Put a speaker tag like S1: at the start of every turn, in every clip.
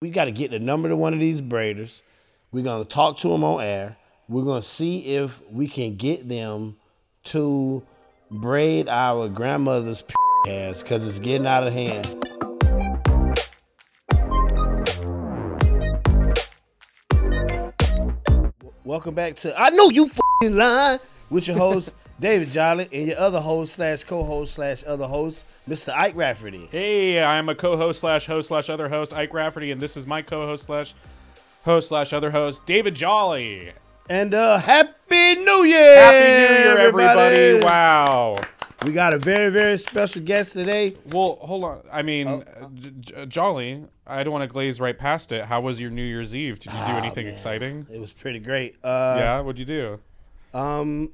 S1: we got to get the number to one of these braiders. We're gonna talk to them on air. We're gonna see if we can get them to braid our grandmother's ass because it's getting out of hand. Welcome back to I know you fing lying with your host David Jolly and your other host slash co-host slash other host Mr. Ike Rafferty.
S2: Hey, I'm a co-host slash host slash other host, Ike Rafferty, and this is my co-host slash host slash other host, David Jolly.
S1: And uh Happy New Year!
S2: Happy New Year, everybody! Wow.
S1: We got a very, very special guest today.
S2: Well, hold on. I mean,
S1: Oh.
S2: uh, J- J- Jolly, I don't want to glaze right past it. How was your New Year's Eve? Did you do
S1: Oh,
S2: anything
S1: man.
S2: exciting?
S1: It was pretty great. Uh
S2: yeah, what'd you do?
S1: um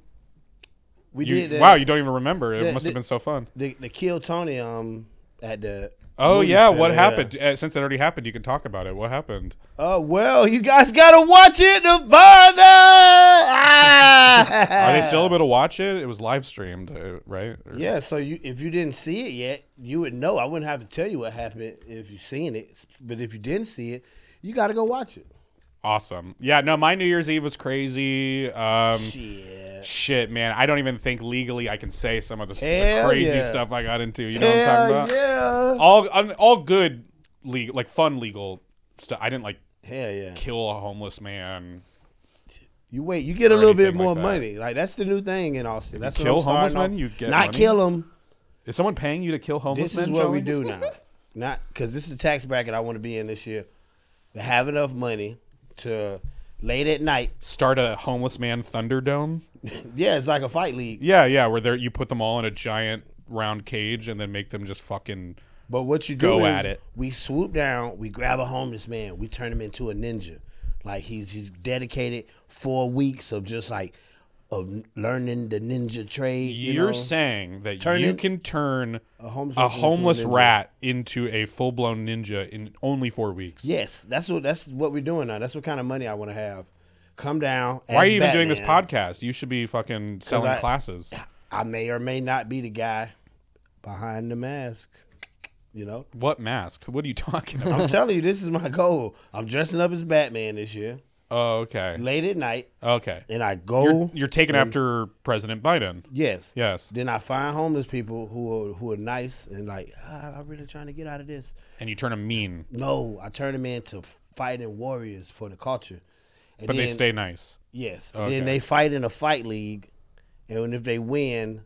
S1: we
S2: You,
S1: did uh,
S2: wow, you don't even remember. It
S1: yeah,
S2: must
S1: the-
S2: have been so fun.
S1: the, the kill Tony um at the
S2: Oh
S1: movie
S2: yeah,
S1: theater,
S2: what happened? Uh, since it already happened, you can talk about it. What happened?
S1: Oh well, you guys gotta watch it to find out. Ah!
S2: Are
S1: Uh,
S2: they still able to watch it? It was live streamed, uh, right? Or-
S1: Yeah, so you if you didn't see it yet, you would know. I wouldn't have to tell you what happened if you seen it. But if you didn't see it, you gotta go watch it.
S2: Awesome. Yeah. No, my New Year's Eve was crazy. Um,
S1: Shit.
S2: Shit, man. I don't even think legally I can say some of the, the
S1: Hell
S2: crazy
S1: yeah.
S2: stuff I got into. You know what I'm talking
S1: Hell
S2: about?
S1: yeah.
S2: All un, all good legal like fun legal stuff. I didn't like
S1: Hell yeah.
S2: kill a homeless man.
S1: You wait. You get a little bit
S2: anything like
S1: more
S2: that.
S1: money. Like that's the new thing in Austin. that's what
S2: kill
S1: I'm starting
S2: homeless
S1: off-
S2: men, you get
S1: not
S2: money?
S1: kill them.
S2: Is someone paying you to kill homeless
S1: This
S2: men?
S1: is what we
S2: Charlie?
S1: do now. Not because this is the tax bracket I want to be in this year. To have enough money to late at night.
S2: Start a homeless man thunderdome?
S1: Yeah, it's like a fight league.
S2: Yeah, yeah, where they're you put them all in a giant round cage and then make them just fucking
S1: But what you do
S2: Go
S1: is
S2: at it.
S1: we swoop down, we grab a homeless man, we turn him into a ninja. Like he's he's dedicated four weeks of just like of learning the ninja trade. You
S2: You're
S1: know?
S2: saying that
S1: Turn
S2: you
S1: in-
S2: can turn a
S1: homeless
S2: homeless,
S1: person into a ninja.
S2: rat into a full blown ninja in only four weeks.
S1: Yes, that's what that's what we're doing now. That's what kind of money I want to have. Come down.
S2: Why are
S1: as
S2: you even doing this
S1: Batman.
S2: podcast? You should be fucking selling
S1: I-
S2: classes.
S1: I may or may not be the guy behind the mask. You know,
S2: What mask? What are you talking about?
S1: I'm telling you, this is my goal. I'm dressing up as Batman this year,
S2: oh, okay.
S1: late at night,
S2: Okay.
S1: and I go.
S2: You're, you're taking after President Biden.
S1: yes,
S2: Yes.
S1: Then I find homeless people who are who are nice and like, ah, I'm really trying to get out of this.
S2: And you turn him mean,
S1: No, I turn them into fighting warriors for the culture. And
S2: but they
S1: then-
S2: stay nice.
S1: Yes.
S2: Okay.
S1: Then they fight in a fight league, and if they win,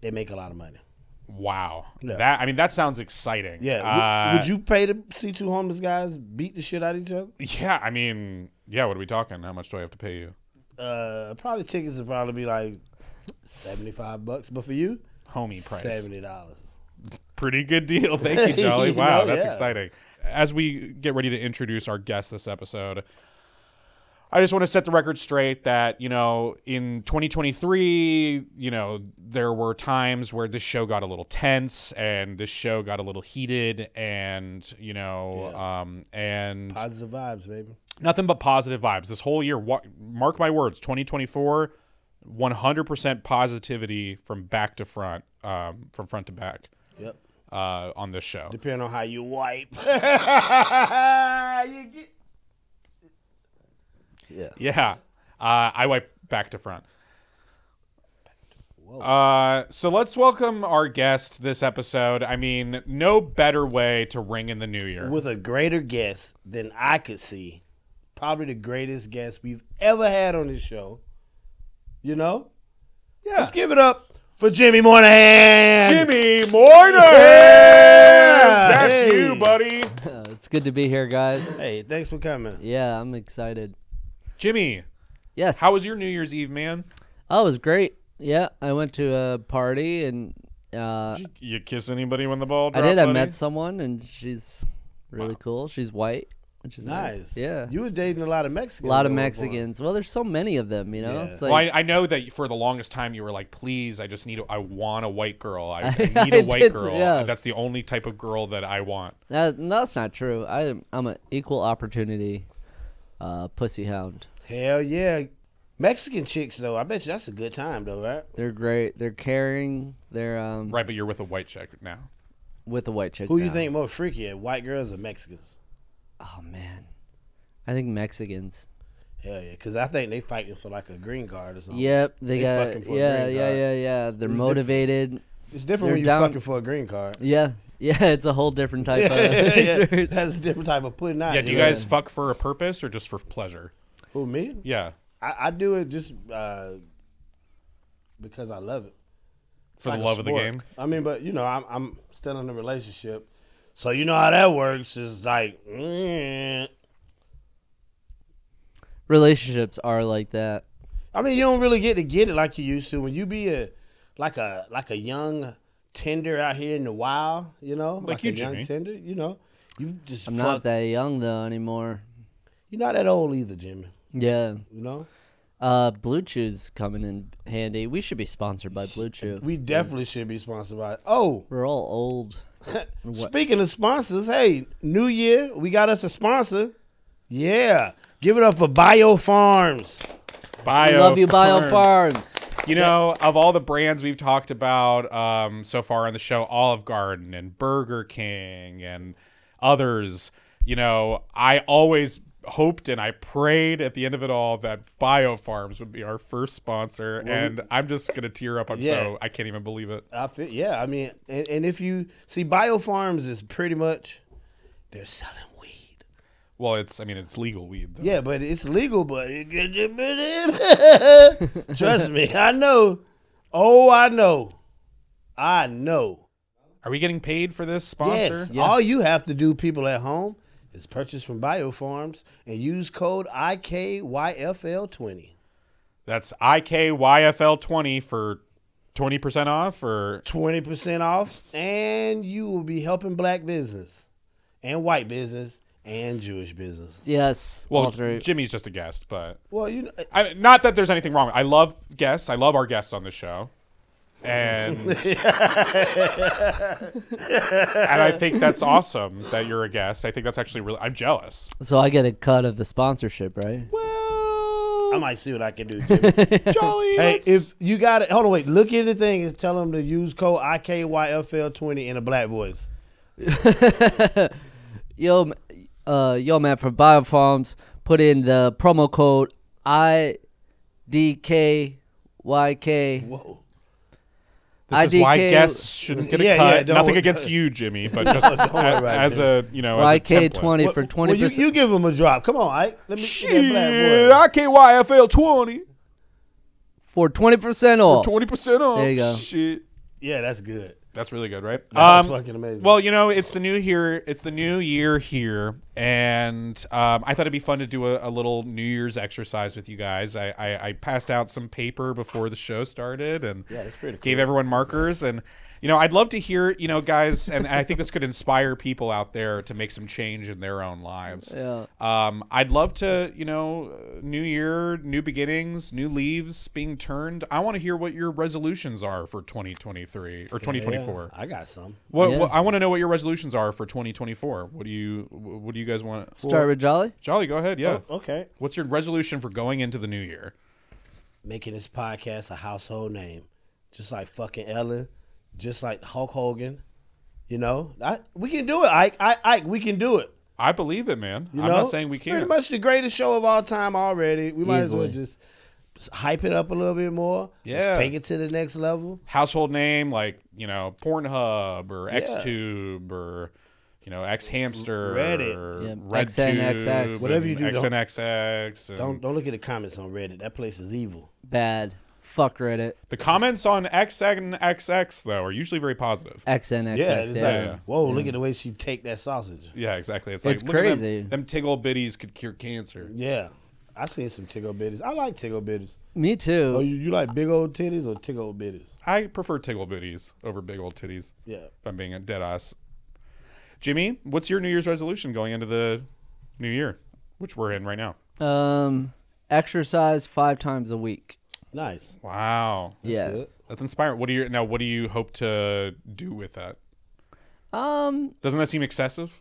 S1: they make a lot of money.
S2: Wow.
S1: Yeah.
S2: That I mean, that sounds exciting.
S1: Yeah.
S2: Uh,
S1: Would- would you pay to see two homeless guys beat the shit out of each other?
S2: Yeah. I mean, yeah. What are we talking? How much do I have to pay you,
S1: Uh, probably tickets would probably be like seventy five bucks, but for you,
S2: homie? Price.
S1: seventy dollars.
S2: Pretty good deal. Thank you, Jolly.
S1: You
S2: Wow,
S1: know,
S2: that's
S1: yeah.
S2: exciting. As we get ready to introduce our guest this episode, I just want to set the record straight that, you know, in 2023, you know, there were times where this show got a little tense and this show got a little heated and, you know, um, and
S1: Positive vibes, baby.
S2: nothing but positive vibes this whole year. Wa- mark my words, 2024, 100% positivity from back to front, um, from front to back
S1: Yep.
S2: uh, on this show.
S1: Depending on how you wipe. You get- yeah.
S2: Yeah. Uh, I wipe back to front. Uh, so let's welcome our guest this episode. I mean, no better way to ring in the new year.
S1: With a greater guest than I could see, probably the greatest guest we've ever had on this show. You know? Yeah. Let's give it up for Jimmy Moynihan.
S2: Jimmy Moynihan! That's
S1: Hey.
S2: you, buddy.
S3: Uh, it's good to be here, guys.
S1: Hey, thanks for coming.
S3: Yeah, I'm excited.
S2: Jimmy,
S3: Yes.
S2: how was your New Year's Eve, man?
S3: Oh, it was great. Yeah, I went to a party and uh,
S2: Did you, you kiss anybody when the ball
S3: I
S2: dropped?
S3: did. I
S2: buddy?
S3: met someone and she's really cool. She's white, which is nice.
S1: Nice.
S3: Yeah.
S1: You were dating a lot of Mexicans.
S3: a lot of
S1: at one point.
S3: Mexicans. Well, there's so many of them, you know.
S1: Yeah.
S3: It's
S2: Well, I,
S3: like,
S2: I know that for the longest time you were like, please, I just need, a, I want a white girl. I, I
S3: I
S2: need a white
S3: did,
S2: girl.
S3: yeah.
S2: That's the only type of girl that I want.
S3: that, no, that's not true. I am, I'm an equal opportunity uh, pussy hound.
S1: Hell yeah. Mexican chicks, though, I bet you that's a good time, though, right?
S3: They're great. They're caring. They're um,
S2: Right, but you're with a white chick now.
S3: with a white chick.
S1: Who you
S3: now.
S1: think more freaky at, white girls or Mexicans?
S3: Oh man, I think Mexicans.
S1: Hell yeah, because I think they fighting for like a green card or something.
S3: Yep, they,
S1: They
S3: got
S1: fucking for a
S3: yeah,
S1: green
S3: yeah,
S1: card.
S3: yeah, yeah. They're
S1: It's
S3: motivated.
S1: it's different
S3: they're
S1: when you're
S3: down- uh,
S1: fucking for a green card.
S3: Yeah, yeah. It's a whole different type
S1: Yeah,
S3: of
S1: yeah, yeah.
S3: experience.
S1: That's a different type of putting out.
S2: Yeah, do you guys fuck for a purpose or just for pleasure?
S1: Who me?
S2: Yeah.
S1: I, I do it just uh, because I love it. It's
S2: For the
S1: a
S2: love of the
S1: sport.
S2: game?
S1: I mean, but you know, I'm, I'm still in a relationship, so you know how that works. It's like, mm.
S3: Relationships are like that.
S1: I mean, you don't really get to get it like you used to when you be a like a like a young tender out here in the wild. You know, like,
S2: you,
S1: a young
S2: Jimmy.
S1: tender. You know, you just
S3: I'm
S1: fuck.
S3: not that young though anymore.
S1: You're not that old either, Jimmy.
S3: Yeah.
S1: You know,
S3: Uh, Blue Chew's coming in handy. We should be sponsored by Blue Chew.
S1: we definitely should be sponsored by. Oh,
S3: We're all old.
S1: Speaking of sponsors, hey, New Year, we got us a sponsor. Yeah. Give it up for Bio Farms.
S2: Bio.
S3: Love you, Bio Farms.
S2: You know, of all the brands we've talked about um, so far on the show, Olive Garden and Burger King and others, you know, I always hoped and I prayed at the end of it all that BioFarms would be our first sponsor. and I'm just going to tear up. I'm
S1: Yeah.
S2: so, I can't even believe it.
S1: I feel, yeah, I mean, and, and if you see, Bio Farms is pretty much they're selling weed.
S2: Well, it's, I mean, it's legal weed. Though.
S1: Yeah, but it's legal, but it- trust me, I know. Oh, I know. I know.
S2: Are we getting paid for this sponsor?
S1: Yes.
S3: Yeah.
S1: All you have to do, people at home, is purchase from Bio Farms and use code IKYFL20.
S2: That's IKYFL20 for 20% off or
S1: twenty percent off, and you will be helping black business, and white business, and Jewish business.
S3: Yes.
S2: well
S3: all three.
S2: Jimmy's just a guest, but
S1: Well, you know,
S2: I, not that there's anything wrong. I love guests. I love our guests on the show. And and I think that's awesome that you're a guest. I think that's actually really I'm jealous.
S3: so I get a cut of the sponsorship, right?
S1: I
S2: Well,
S1: might see what I can do. Jimmy.
S2: Jolly.
S1: hey,
S2: let's-
S1: if you got it, hold on, wait. Look at the thing and tell them to use code IKYFL20 in a black voice.
S3: Yo, m- uh, yo, man, from Bio Farms, put in the promo code I D K Y K.
S1: Whoa.
S2: this is why
S3: IDK
S2: guests shouldn't get a
S1: Yeah, yeah,
S2: cut.
S1: don't-
S2: Nothing against you, Jimmy, but just
S1: worry about
S2: as
S1: it,
S2: a you know as a
S3: YK
S2: template.
S3: twenty
S1: Well,
S3: for
S1: well,
S3: twenty
S1: you,
S3: percent.
S1: you give them a drop. Come on, Ike. Let me
S2: Shit,
S1: get that black voice.
S2: IKYFL 20,
S3: For twenty percent off.
S2: 20% off.
S3: There you go.
S2: Shit.
S1: Yeah, that's good.
S2: That's really good, right? Um,
S1: That's fucking amazing.
S2: Well, you know, it's the new here. It's the new year here, and um, I thought it'd be fun to do a, a little New Year's exercise with you guys. I, I, I passed out some paper before the show started, and
S1: Yeah, that's pretty cool.
S2: gave everyone markers. And you know, I'd love to hear you know, guys, and I think this could inspire people out there to make some change in their own lives.
S3: Yeah.
S2: Um, I'd love to, you know, uh, new year, new beginnings, new leaves being turned. I want to hear what your resolutions are for 2023 or 2024.
S1: Yeah, I got some.
S2: What,
S3: Yes.
S2: what I want to know what your resolutions are for 2024. What do you wh- What do you guys want?
S3: Start with Jolly.
S2: Jolly, go ahead. Yeah.
S1: Okay.
S2: What's your resolution for going into the new year?
S1: making this podcast a household name, just like fucking Ellen, just like Hulk Hogan. You know, I, we can do it, Ike. I, Ike, we can do it.
S2: I believe it, man.
S1: You
S2: I'm
S1: know?
S2: not saying we
S1: It's Pretty
S2: can't.
S1: much the greatest show of all time already. We might as well
S3: Easily.
S1: just just hype it up a little bit more. Let's
S2: Yeah.
S1: take it to the next level.
S2: Household name like you know Pornhub or XTube or you know X Hamster,
S1: Reddit.
S2: or
S3: Yeah,
S2: RedTube,
S3: XNXX.
S1: Whatever you do,
S2: and
S1: don't-
S2: XNXX. And
S1: Don't don't look at the comments on Reddit. That place is evil.
S3: Bad. Fuck Reddit.
S2: The comments on XNXX though are usually very positive.
S3: XNXX.
S1: Yeah, it's
S3: yeah.
S1: like whoa, look at the way she take that sausage.
S2: Yeah, exactly. It's like
S3: It's
S2: look at them-
S3: crazy.
S2: Them, tickle bitties could cure cancer.
S1: Yeah, I seen some tickle bitties. I like tickle bitties.
S3: Me
S1: Oh,
S3: too.
S1: you, you like big old titties or tickle bitties?
S2: I prefer tickle bitties over big old titties.
S1: Yeah.
S2: if I'm being a dead ass. Jimmy, what's your New Year's resolution going into the new year, which we're in right now?
S1: Oh,
S3: Um, exercise five times a week.
S1: Nice.
S2: Wow,
S3: yeah.
S1: Good.
S2: that's inspiring. What do you now? What do you hope to do with that?
S3: Um,
S2: Doesn't that seem excessive?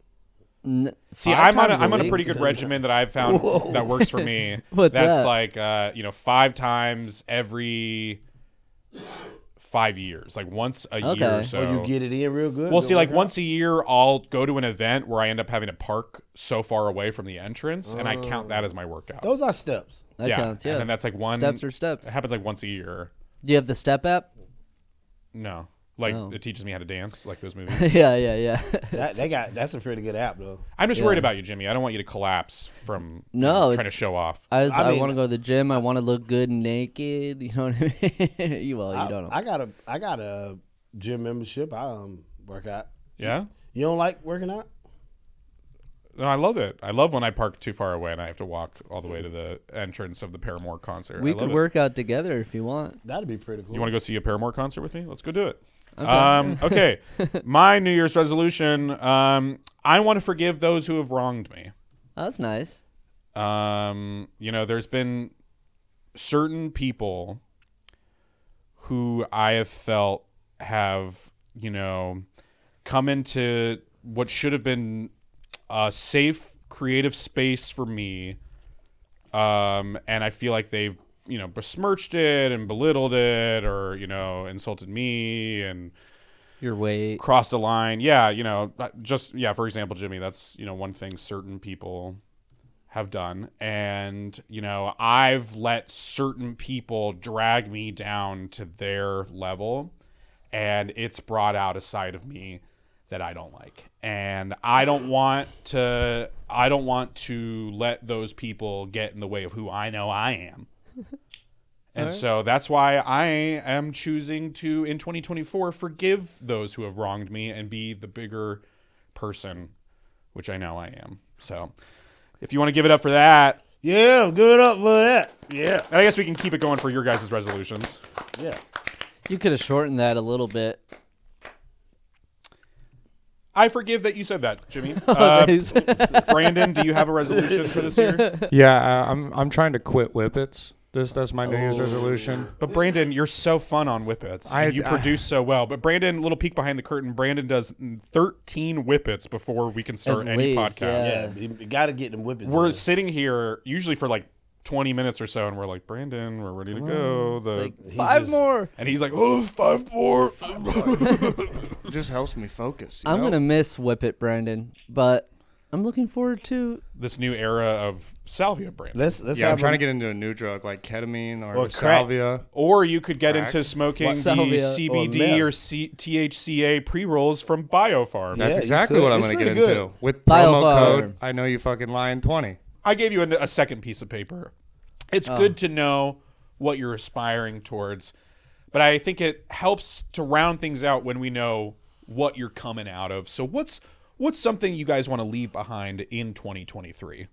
S3: n-
S2: See,
S3: five
S2: I'm on a,
S3: times
S2: I'm on a
S3: week?
S2: pretty good regimen that I've found that works for me.
S3: What's
S2: That's
S3: that?
S2: like uh, you know five times every five years, like once a
S3: Okay.
S2: year
S3: Oh,
S2: or so.
S1: you get it in real good.
S2: Well,
S1: good
S2: see, like
S1: workout.
S2: once a year, I'll go to an event where I end up having to park so far away from the entrance, and I count that as my workout.
S1: those are steps.
S3: Oh, That
S2: yeah,
S3: counts. Yeah.
S2: and then that's like one
S3: steps or steps.
S2: It happens like once a year.
S3: Do you have the step app?
S2: No, like
S3: Oh.
S2: it teaches me how to dance, like those movies.
S3: yeah, yeah, yeah.
S1: That, they got that's a pretty good app though.
S2: I'm just worried about you, Jimmy. I don't want you to collapse from you
S3: No,
S2: know, trying to
S3: it's-
S2: show off.
S3: I, just-
S1: I
S3: I,
S1: mean-
S3: want to go to the gym. I want to look good naked. You know what I mean? you well, you don't know.
S1: I, I got a I got a gym membership. I um work out.
S2: yeah,
S1: You don't like working out?
S2: no, I love it. I love when I park too far away and I have to walk all the way to the entrance of the Paramore concert.
S3: we
S2: I love
S3: could
S2: it.
S3: work out together if you want.
S1: That'd be pretty cool.
S2: You want to go see a Paramore concert with me? Let's go do it. Um, okay. My New Year's resolution um, I want to forgive those who have wronged me.
S3: Oh, that's nice.
S2: Um, you know, there's been certain people who I have felt have, you know, come into what should have been a safe, creative space for me. Um, and I feel like they've, you know, besmirched it and belittled it or, you know, insulted me and
S3: Your weight.
S2: crossed a line. Yeah, you know, uh, just yeah. For example, Jimmy, that's you know one thing certain people have done, and you know I've let certain people drag me down to their level, and it's brought out a side of me that I don't like, and I don't want to. I don't want to let those people get in the way of who I know I am. And so that's why I am choosing to, in 2024, forgive those who have wronged me and be the bigger person, which I know I am. So if you want to give it up for that,
S1: yeah, give it up for that. Yeah,
S2: and I guess we can keep it going for your guys' resolutions.
S1: yeah.
S3: You could have shortened that a little bit.
S2: I forgive that you said that, Jimmy. Uh,
S3: Nice.
S2: Brandon, do you have a resolution for this year?
S4: Yeah, I, I'm I'm trying to quit whippets. This that's my New Year's resolution.
S2: But Brandon, you're so fun on whippets.
S4: I-
S2: and you
S4: I-
S2: produce so well. But Brandon, little peek behind the curtain, Brandon does 13 whippets before we can start
S3: At
S2: any
S3: least,
S2: podcast.
S3: yeah.
S1: Yeah, you, got to get them whippings. in
S2: we're
S1: there.
S2: sitting here usually for like 20 minutes or so and we're like brandon we're ready to go the
S3: like five
S1: just-
S3: more.
S2: and he's like oh five more
S4: It just helps me focus.
S3: I'm gonna miss Whip It, Brandon, but I'm looking forward to.
S2: this new era of salvia brandon
S1: Let's let's
S4: Yeah, I'm
S1: have
S4: trying
S1: a,
S4: to get into a new drug like ketamine or,
S1: Or crack.
S4: salvia.
S2: or you could get
S4: Crack.
S2: into smoking the
S3: Salvia.
S2: cbd
S1: Or
S2: or,
S1: meth.
S2: C- thca pre-rolls from biofarm
S1: Yeah,
S4: That's
S1: you
S4: exactly
S1: could.
S4: what I'm
S1: It's
S4: gonna
S1: pretty
S4: get
S1: good.
S4: into with promo
S3: Biofarm.
S4: code. I know you fucking lying twenty.
S2: i gave you a, a second piece of paper it's
S1: Oh.
S2: good to know what you're aspiring towards but i think it helps to round things out when we know what you're coming out of so what's what's something you guys want to leave behind in 2023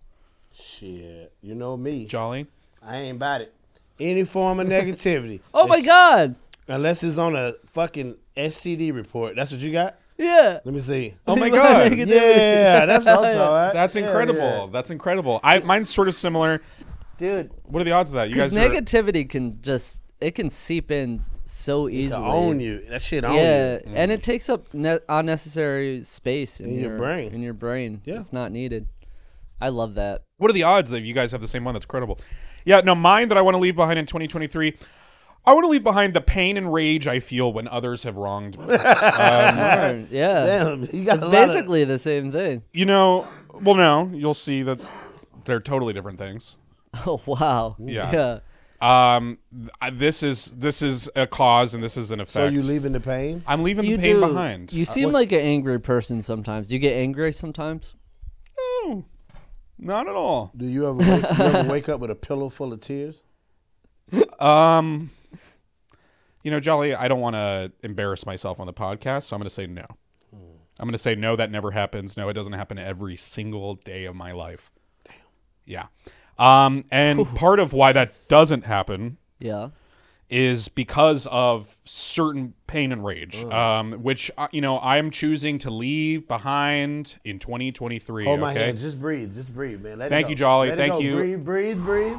S1: Shit, you know me.
S2: Jolly.
S1: I ain't about it. Any form of negativity.
S3: Oh my
S1: It's-
S3: God!
S1: Unless it's on a fucking STD report. That's what you got.
S3: Yeah.
S1: Let me see.
S2: Oh my
S3: God.
S2: god.
S3: Negative.
S1: Yeah, that's what I'm talking about.
S2: That's
S1: Yeah,
S2: incredible.
S1: yeah.
S2: That's incredible. I mine's sort of similar.
S3: Dude,
S2: What are the odds of that? You guys are,
S3: negativity can just it can seep in so
S1: To
S3: easily.
S1: own you. That shit own
S3: yeah,
S1: you.
S3: and it takes up ne- unnecessary space in,
S1: In your brain.
S3: In your brain,
S1: Yeah.
S3: it's not needed. I love that.
S2: What are the odds that you guys have the same one? That's credible. Yeah, no, mine that I want to leave behind in 2023. I want to leave behind the pain and rage I feel when others have wronged me.
S3: Darn, yeah,
S1: Damn, you got
S3: it's
S1: a lot of-
S3: basically the same thing.
S2: you know, well, no, you'll see that they're totally different things.
S3: Oh wow.
S2: Yeah.
S3: Yeah.
S2: Um, th- I- this is this is a cause and this is an
S1: so
S2: effect.
S1: you leaving the pain?
S2: I'm leaving
S3: You
S2: the pain
S3: do-
S2: behind.
S3: You seem like an angry person sometimes. You get angry sometimes.
S2: no, not at all.
S1: Do you ever wake, you ever wake up with a pillow full of tears?
S2: Um, you know, Jolly, I don't want to embarrass myself on the podcast, so I'm going to say no. I'm going to say no. That never happens. No, it doesn't happen every single day of my life. Damn. Yeah. Um, and part of why that doesn't happen
S3: Yeah.
S2: is because of certain pain and rage, um, which uh, you know I am choosing to leave behind in 2023.
S1: Hold my
S2: okay.
S1: hand. Just breathe. Just breathe, man. Let it
S2: Thank
S1: go.
S2: you, Jolly.
S1: Let it
S2: Thank
S1: go.
S2: you.
S1: Breathe, breathe, breathe.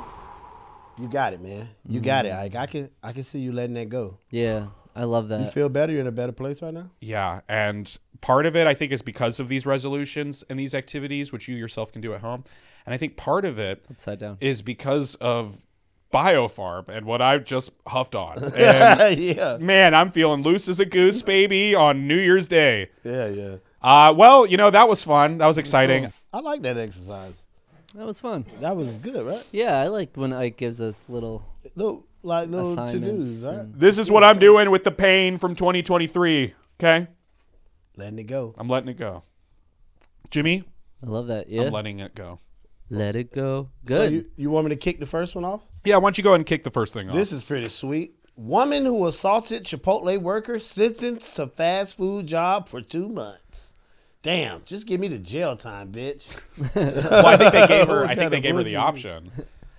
S1: You got it, man. You got it. Like I can, I can see you letting that go.
S3: Yeah. I love
S1: You
S3: that.
S1: feel better. You're in a better place right now.
S2: Yeah, and part of it I think is because of these resolutions and these activities which you yourself can do at home. And I think part of it
S3: Upside down.
S2: is because of biofarm and what I've just huffed on. And
S1: yeah, yeah,
S2: man, I'm feeling loose as a goose, baby, on New Year's Day.
S1: yeah, yeah.
S2: Uh, well, you know, that was fun. That was exciting.
S1: I like that exercise.
S3: That was fun.
S1: That was good, right?
S3: Yeah, I like when Ike gives us little.
S1: No, like no to
S3: Assignments
S1: dos, right?
S2: This is what I'm doing with the pain from 2023. Okay?
S1: Letting it go.
S2: I'm letting it go. Jimmy,
S3: I love that. Yeah,
S2: I'm letting it go.
S3: let it go.
S1: So
S3: Good.
S1: you, you want me to kick the first one off?
S2: Yeah, why don't you go ahead and kick the first thing off?
S1: This is pretty sweet. Woman who assaulted Chipotle worker sentenced to fast food job for two months. Damn, just give me the jail time, bitch.
S2: well, I think they gave her. I
S1: What
S2: think
S1: kind
S2: they
S1: of
S2: gave her
S1: bullshit?
S2: the option.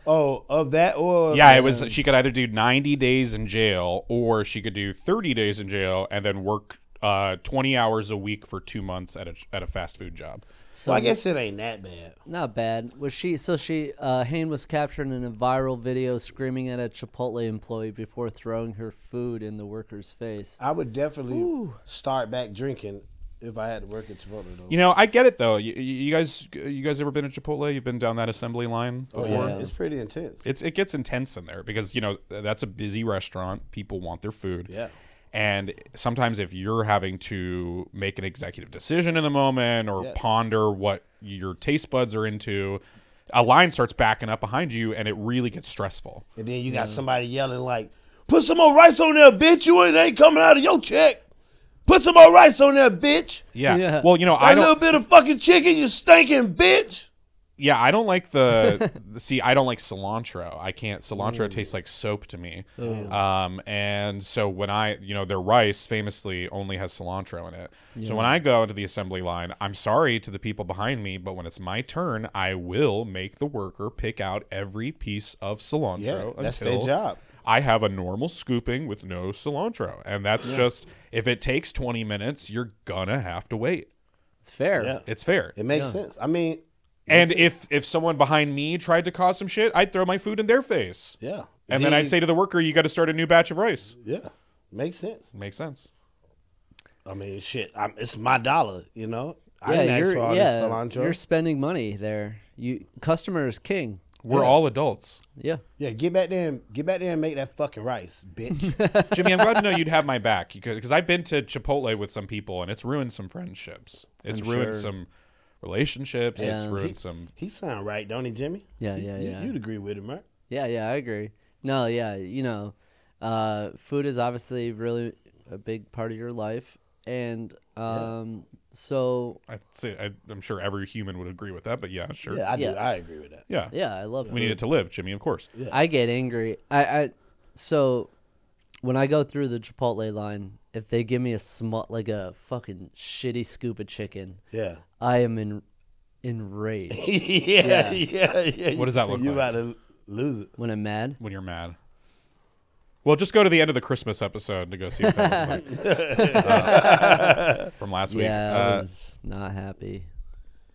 S1: Oh, of that or
S2: Yeah, it was. She could either do 90 days in jail, or she could do 30 days in jail and then work uh, 20 hours a week for two months at a at a fast food job.
S3: so
S1: Well, I guess it ain't that bad.
S3: not bad. Was she? So she, uh, Hain was captured in a viral video screaming at a Chipotle employee before throwing her food in the worker's face.
S1: I would definitely start back drinking if I had to work at Chipotle though.
S2: You know, I get it though. You, you guys, you guys ever been at Chipotle? You've been down that assembly line
S1: Oh,
S2: before.
S1: yeah. It's pretty intense.
S2: It's it gets intense in there because you know that's a busy restaurant. People want their food.
S1: Yeah.
S2: And sometimes if you're having to make an executive decision in the moment or
S1: Yeah.
S2: ponder what your taste buds are into, a line starts backing up behind you and it really gets stressful.
S1: And then you got somebody yelling like, "Put some more rice on there, bitch! You ain't ain't coming out of your check. Put some more rice on there, bitch.
S2: Yeah.
S3: Yeah.
S2: Well, you know, I
S1: A little
S2: don't
S1: bit of fucking chicken, you stinking bitch."
S2: yeah, I don't like the, the- see, I don't like cilantro. I can't cilantro
S1: Mm.
S2: tastes like soap to me.
S1: Oh.
S2: Um and so when I, you know, their rice famously only has cilantro in it. So when I go into the assembly line, I'm sorry to the people behind me, but when it's my turn, I will make the worker pick out every piece of cilantro
S1: Yeah,
S2: until
S1: that's their job.
S2: I have a normal scooping with no cilantro. And that's just if it takes 20 minutes, you're gonna have to wait.
S3: It's fair.
S1: Yeah.
S2: It's fair.
S1: It makes sense. I mean,
S2: And if if someone behind me tried to cause some shit, I'd throw my food in their face.
S1: yeah.
S2: And then I'd say to the worker, "You got to start a new batch of rice."
S1: yeah, makes sense.
S2: Makes sense.
S1: I mean, shit, I'm, it's my dollar, you know. I
S3: Yeah,
S1: didn't ask
S3: you're,
S1: for all
S3: yeah,
S1: this cilantro.
S3: you're spending money there. You customer is king.
S2: We're all adults.
S3: Yeah.
S1: yeah, get back there and get back there and make that fucking rice, bitch.
S2: Jimmy, I'm glad to know you'd have my back because I've been to Chipotle with some people and it's ruined some friendships. It's ruined some relationships. It's
S3: Yeah.
S2: ruined
S1: He-
S2: some.
S1: he sound right, don't he, Jimmy?
S3: Yeah,
S1: You-
S3: yeah,
S1: you,
S3: yeah.
S1: You'd agree with him, right?
S3: Yeah, yeah, I agree. No, yeah, you know, uh, food is obviously really a big part of your life, and um, so
S2: I'd say I, I'm sure every human would agree with that, but yeah, sure.
S1: Yeah, I do.
S3: Yeah.
S1: I agree with that.
S2: Yeah.
S3: yeah, I love.
S2: We need it to live, Jimmy, of course.
S3: I get angry. I, I so when I go through the Chipotle line, if they give me a smut like a fucking shitty scoop of chicken,
S1: Yeah.
S3: I am in enraged
S1: yeah, yeah, yeah,
S2: What does that look
S1: you about
S2: like?
S1: to lose it.
S3: when I'm mad.
S2: When you're mad. Well, just go to the end of the Christmas episode to go see what that looks like. Uh, from last week.
S3: Yeah, I
S2: Uh,
S3: was not happy.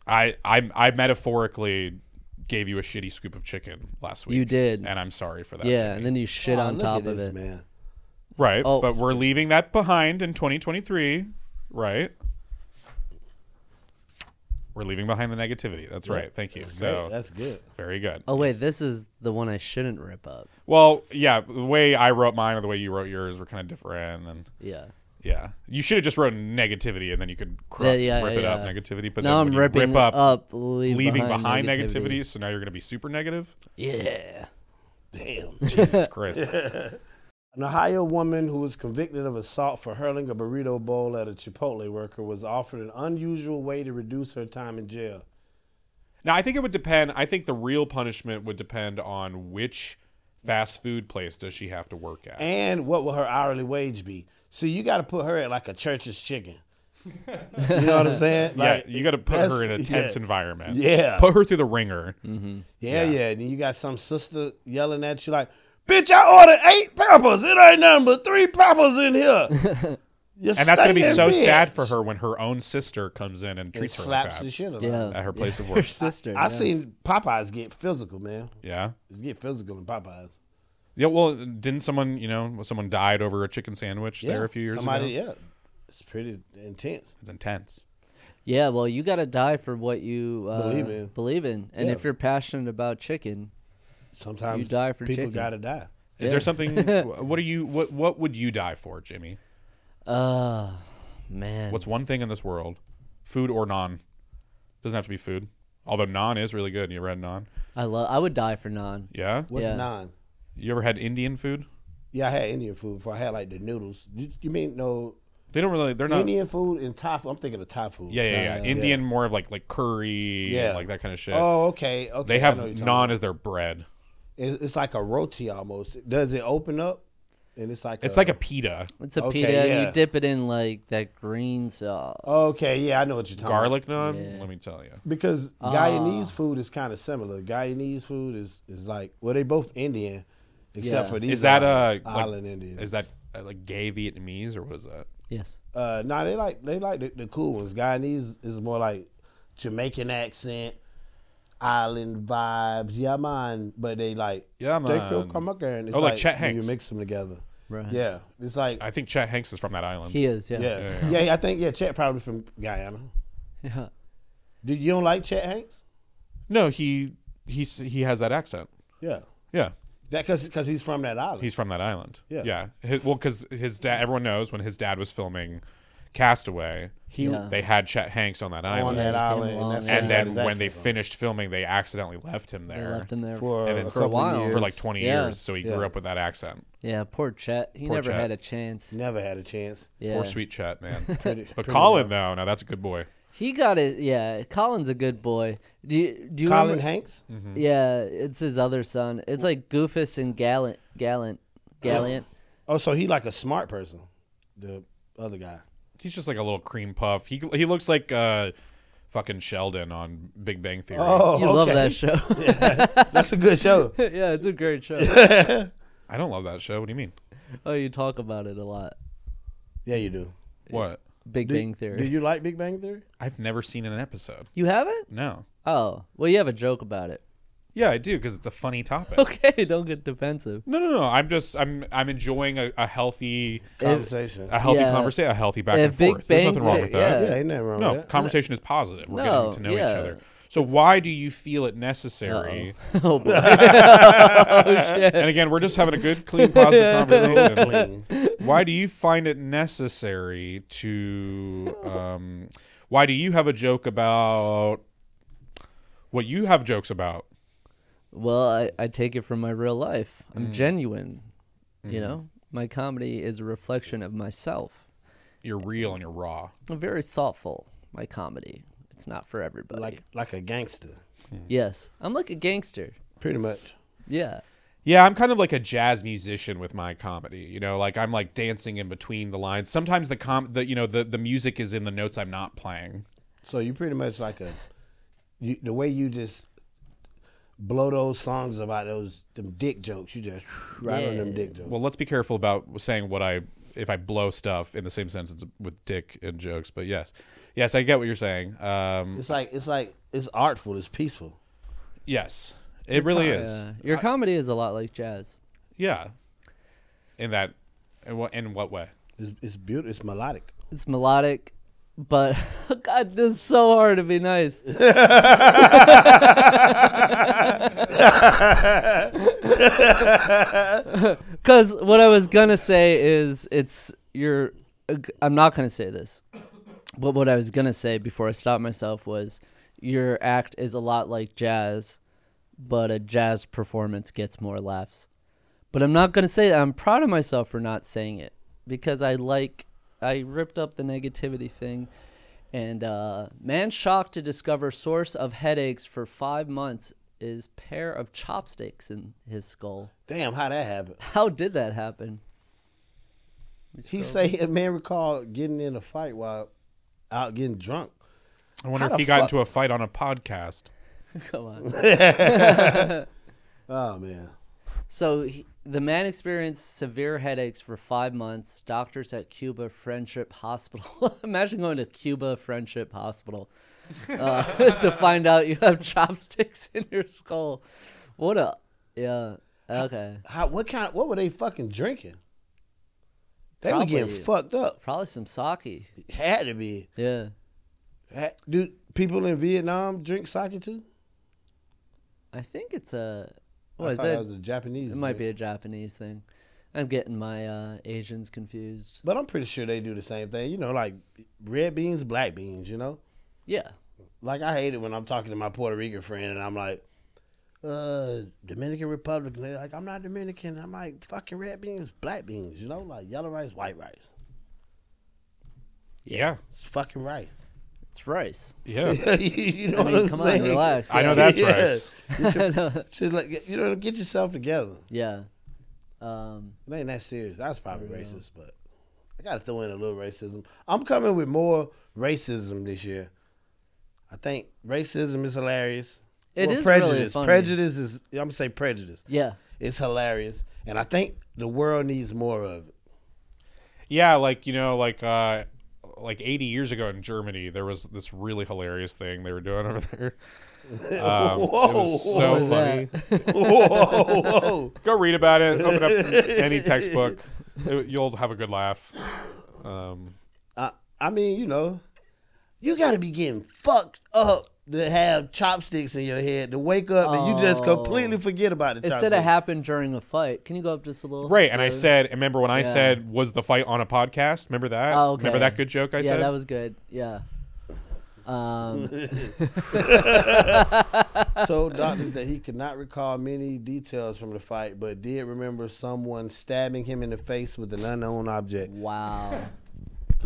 S2: I, I I metaphorically gave you a shitty scoop of chicken last week.
S3: You did.
S2: And I'm sorry for that.
S3: Yeah,
S2: Jimmy.
S3: and then you shit
S1: Oh,
S3: on
S1: look
S3: top
S1: at
S3: of
S1: this,
S3: it.
S1: man.
S2: Right.
S3: Oh.
S2: But we're leaving that behind in 2023, right? We're leaving behind the negativity. That's right. Thank you. So
S1: Great, that's good.
S2: very good.
S3: Oh wait, this is the one I shouldn't rip up.
S2: Well, yeah, the way I wrote mine or the way you wrote yours were kind of different and
S3: Yeah.
S2: yeah. You should have just wrote negativity and then you could cr-
S3: Yeah, yeah,
S2: rip it
S3: yeah.
S2: up negativity, but
S3: Now
S2: then
S3: I'm
S2: when you
S3: ripping
S2: rip up,
S3: leave
S2: leaving
S3: behind,
S2: behind, negativity. so now you're going to be super negative.
S3: Yeah.
S1: Damn.
S2: Jesus Christ.
S1: An Ohio woman who was convicted of assault for hurling a burrito bowl at a Chipotle worker was offered an unusual way to reduce her time in jail.
S2: Now, I think it would depend. I think the real punishment would depend on which fast food place does she have to work at.
S1: And what will her hourly wage be? See, you got to put her at like a church's chicken. You know what I'm saying?
S2: yeah,
S1: Like,
S2: you got to put
S1: that's-
S2: her in a tense
S1: yeah.
S2: environment.
S1: Yeah.
S2: Put her through the ringer.
S3: Mm.
S1: Yeah, yeah. And then you got some sister yelling at you like, "Bitch, I ordered eight peppers. It ain't nothing but three peppers in here."
S2: And that's going to be so sad for her when her own sister comes in and treats her like
S1: slaps
S2: that
S1: the shit out of her.
S3: Yeah.
S2: at her place of
S3: Her
S2: work.
S3: sister.
S1: I
S3: yeah.
S1: seen Popeyes get physical, man.
S2: Yeah.
S1: Just get physical in Popeyes.
S2: Yeah, well, didn't someone, you know, someone died over a chicken sandwich
S1: Yeah,
S2: there a few years
S1: somebody,
S2: ago?
S1: Yeah, it's pretty intense.
S2: It's intense.
S3: Yeah, well, you got to die for what you uh,
S1: Believe in.
S3: believe in. And
S1: Yeah.
S3: if you're passionate about chicken,
S1: Sometimes
S3: You die for
S1: people
S3: chicken.
S1: gotta die.
S2: Is there something? wh- what are you? What What would you die for, Jimmy?
S3: Uh, man.
S2: What's one thing in this world, food or non? Doesn't have to be food. Although non is really good. You ever had non?
S3: I love. I would die for naan.
S2: Yeah.
S1: What's
S3: Yeah.
S1: nine?
S2: You ever had Indian food?
S1: Yeah, I had Indian food before. I had like the noodles. You, you mean no
S2: They don't really. They're not.
S1: Indian food and Thai food? I'm thinking of Thai food.
S2: yeah, yeah, yeah.
S3: Yeah.
S2: Indian more of like like curry. Yeah.
S1: Yeah.
S2: like that kind of shit.
S1: Oh, okay. Okay.
S2: they
S1: I know what
S2: have
S1: you're talking
S2: non as their bread.
S1: It's, it's like a roti almost. Does it open up? And it's like
S2: It's like a pita.
S3: It's a
S1: Okay,
S3: pita, and
S1: yeah. Oh.
S3: you dip it in like that green sauce.
S1: okay. Yeah, I know what you're talking. about.
S2: Garlic naan.
S3: Yeah.
S2: Let me tell you.
S1: because
S3: Ah.
S1: Guyanese food is kind of similar. Guyanese food is is like well, they both Indian, except
S3: Yeah.
S1: for these.
S2: Is that
S1: island-
S2: a like,
S1: island Indian?
S2: Is that uh, like gay Vietnamese or what is that?
S3: Yes.
S1: Uh, no, they like they like the, the cool ones. Guyanese is more like Jamaican accent, island vibes. Yeah, man. But they like
S2: Yeah,
S1: They go
S2: man.
S1: come up there and it's
S2: Oh, like
S1: like,
S2: Chet
S1: when
S2: Hanks.
S1: You mix them together.
S3: Right.
S1: Yeah, it's like
S2: I think Chet Hanks is from that island.
S3: He is. Yeah.
S1: yeah.
S2: yeah,
S1: Yeah, I think yeah. Chet probably from Guyana.
S3: Yeah.
S1: Did you don't like Chet Hanks?
S2: No, he he's he has that accent.
S1: Yeah,
S2: Yeah.
S1: that because because he's from that island.
S2: He's from that island.
S1: Yeah.
S2: Yeah. His, well, because his dad, everyone knows when his dad was filming Castaway,
S1: He- Yeah.
S2: they had Chet Hanks on that
S1: on
S2: island.
S1: that
S3: just came
S1: island,
S3: along,
S1: and, that's
S3: yeah.
S1: where
S2: and
S1: he got
S2: then
S1: his
S2: when they
S1: accent from.
S2: finished filming, they accidentally left him
S3: They
S2: there
S3: left him there.
S1: for,
S2: and then
S1: a
S2: for
S3: a
S1: couple
S3: while.
S1: years.
S2: for like 20
S3: Yeah.
S2: years. So he
S1: Yeah.
S2: grew up with that accent.
S3: Yeah. Poor Chet. He
S2: Poor
S3: never
S2: Chet.
S3: had a chance.
S1: never had a chance.
S3: Yeah.
S2: Poor sweet Chet, man.
S1: Pretty-
S2: but
S1: pretty
S2: Colin,
S1: rough.
S2: though, now that's a good boy.
S3: He got it. Yeah. Colin's a good boy. Do you do you
S1: Colin
S3: remember? Mm-hmm.
S1: Hanks.
S2: mm-hmm.
S3: Yeah, it's his other son. It's like Goofus and Gallant, Gallant, Gallant.
S1: Oh, so he like a smart person. The other guy.
S2: He's just like a little cream puff. He he looks like uh, fucking Sheldon on Big Bang Theory.
S1: Oh,
S3: You love that show.
S1: That's a good show.
S3: yeah, it's a great show.
S2: I don't love that show. What do you mean?
S3: oh, you talk about it a lot.
S1: Yeah, you do.
S2: What?
S3: Big Bang Theory.
S1: Do
S3: you,
S1: you like Big Bang Theory?
S2: I've never seen an episode.
S3: have it?
S2: No.
S3: Oh, well, you have a joke about it.
S2: Yeah, I do because it's a funny topic.
S3: Okay, don't get defensive.
S2: No, no, no. I'm just I'm I'm enjoying a, a healthy
S1: Conversation.
S2: a healthy
S3: Yeah.
S2: conversation, a healthy back
S3: A
S2: and
S3: big
S2: forth. There's
S3: bang
S2: nothing wrong
S3: there,
S2: with that.
S1: yeah, ain't nothing wrong
S2: No,
S1: with that.
S2: conversation is positive. We're
S3: No,
S2: getting to know each
S3: yeah.
S2: other. So why do you feel it necessary?
S3: Oh boy.
S2: And again, we're just having a good, clean, positive conversation.
S1: Clean.
S2: why do you find it necessary to? Um, why do you have a joke about what you have jokes about?
S3: well, I, I take it from my real life. I'm genuine. You know, my comedy is a reflection of myself.
S2: You're real and you're raw.
S3: I'm very thoughtful. My comedy. It's not for everybody.
S1: like like a gangster,
S3: yes, I'm like a gangster.
S1: pretty much.
S3: Yeah.
S2: Yeah, I'm kind of like a jazz musician with my comedy. You know, like I'm like dancing in between the lines. Sometimes the com the you know the the music is in the notes I'm not playing.
S1: So you pretty much like a you, the way you just blow those songs about those them dick jokes. You just right on them
S3: Yeah.
S1: dick jokes.
S2: Well, let's be careful about saying what I if I blow stuff in the same sentence with dick and jokes. But yes, yes, I get what you're saying. Um,
S1: It's like it's like it's artful. It's peaceful.
S2: yes, it really is.
S3: Yeah. Uh, Your comedy is a lot like jazz.
S2: Yeah, in that, in what in what way?
S1: It's it's beautiful. It's melodic.
S3: It's melodic, but God, this is so hard to be nice. Because what I was gonna say is, it's you're. I'm not gonna say this, but what I was gonna say before I stopped myself was, your act is a lot like jazz, but a jazz performance gets more laughs. But I'm not gonna say that. I'm proud of myself for not saying it because I like I ripped up the negativity thing. And uh, man shocked to discover source of headaches for five months is pair of chopsticks in his skull.
S1: Damn, how that happened.
S3: How did that happen?
S1: He say a man recalled getting in a fight while out getting drunk.
S2: I wonder
S1: How
S2: if
S1: the
S2: he got
S1: fuck-
S2: into a fight on a podcast.
S3: Come on.
S1: Oh man.
S3: So he, the man experienced severe headaches for five months. Doctors at Cuba Friendship Hospital. Imagine going to Cuba Friendship Hospital uh, to find out you have chopsticks in your skull. What a yeah. Okay,
S1: How what kind? What were they fucking drinking? They were getting
S3: Probably-
S1: fucked up.
S3: probably some sake.
S1: Had to be.
S3: Yeah,
S1: Had- Do people in Vietnam drink sake too?
S3: I think it's a
S1: I
S3: What is
S1: thought
S3: it?
S1: That was a Japanese.
S3: It might be a Japanese thing. I'm getting my uh, Asians confused.
S1: But I'm pretty sure they do the same thing. You know, like red beans, black beans. You know,
S3: Yeah.
S1: like I hate it when I'm talking to my Puerto Rican friend and I'm like, uh, Dominican Republic. And they're like, I'm not Dominican. I'm like, fucking red beans, black beans. You know, like yellow rice, white rice.
S2: Yeah.
S1: It's fucking rice.
S3: It's rice.
S2: Yeah.
S1: you know
S3: I mean,
S1: what I'm
S3: come on,
S1: saying?
S3: relax.
S2: I know that's
S1: Yeah.
S2: rice.
S1: Get your- just like get- you know, get yourself together.
S3: Yeah. Um,
S1: It ain't that serious. I was probably racist, but I gotta throw in a little racism. I'm coming with more racism this year. I think racism is hilarious.
S3: It
S1: It is
S3: is really
S1: prejudice.
S3: funny.
S1: Prejudice is I'm gonna say prejudice.
S3: yeah.
S1: It's hilarious. And I think the world needs more of it.
S2: Yeah, like you know, like uh, like 80 years ago in Germany, there was this really hilarious thing they were doing over there. Um, it was
S1: Whoa.
S2: so
S3: What was
S2: funny.
S3: that?
S1: whoa, whoa, whoa.
S2: Go read about it. Open up any textbook. It- you'll have a good laugh. Um,
S1: I, I mean, you know, you gotta be getting fucked up to have chopsticks in your head to wake up and you just
S3: Oh.
S1: completely forget about the chopsticks.
S3: Instead of happened during a fight, can you go up just a little?
S2: right, and I
S3: Yeah.
S2: said, remember when I
S3: Yeah.
S2: said was the fight on a podcast? Remember that?
S3: Oh, okay.
S2: Remember that good joke I
S3: yeah,
S2: said?
S3: that was good. Yeah. Um,
S1: told doctors that he could not recall many details from the fight, but did remember someone stabbing him in the face with an unknown object.
S3: wow.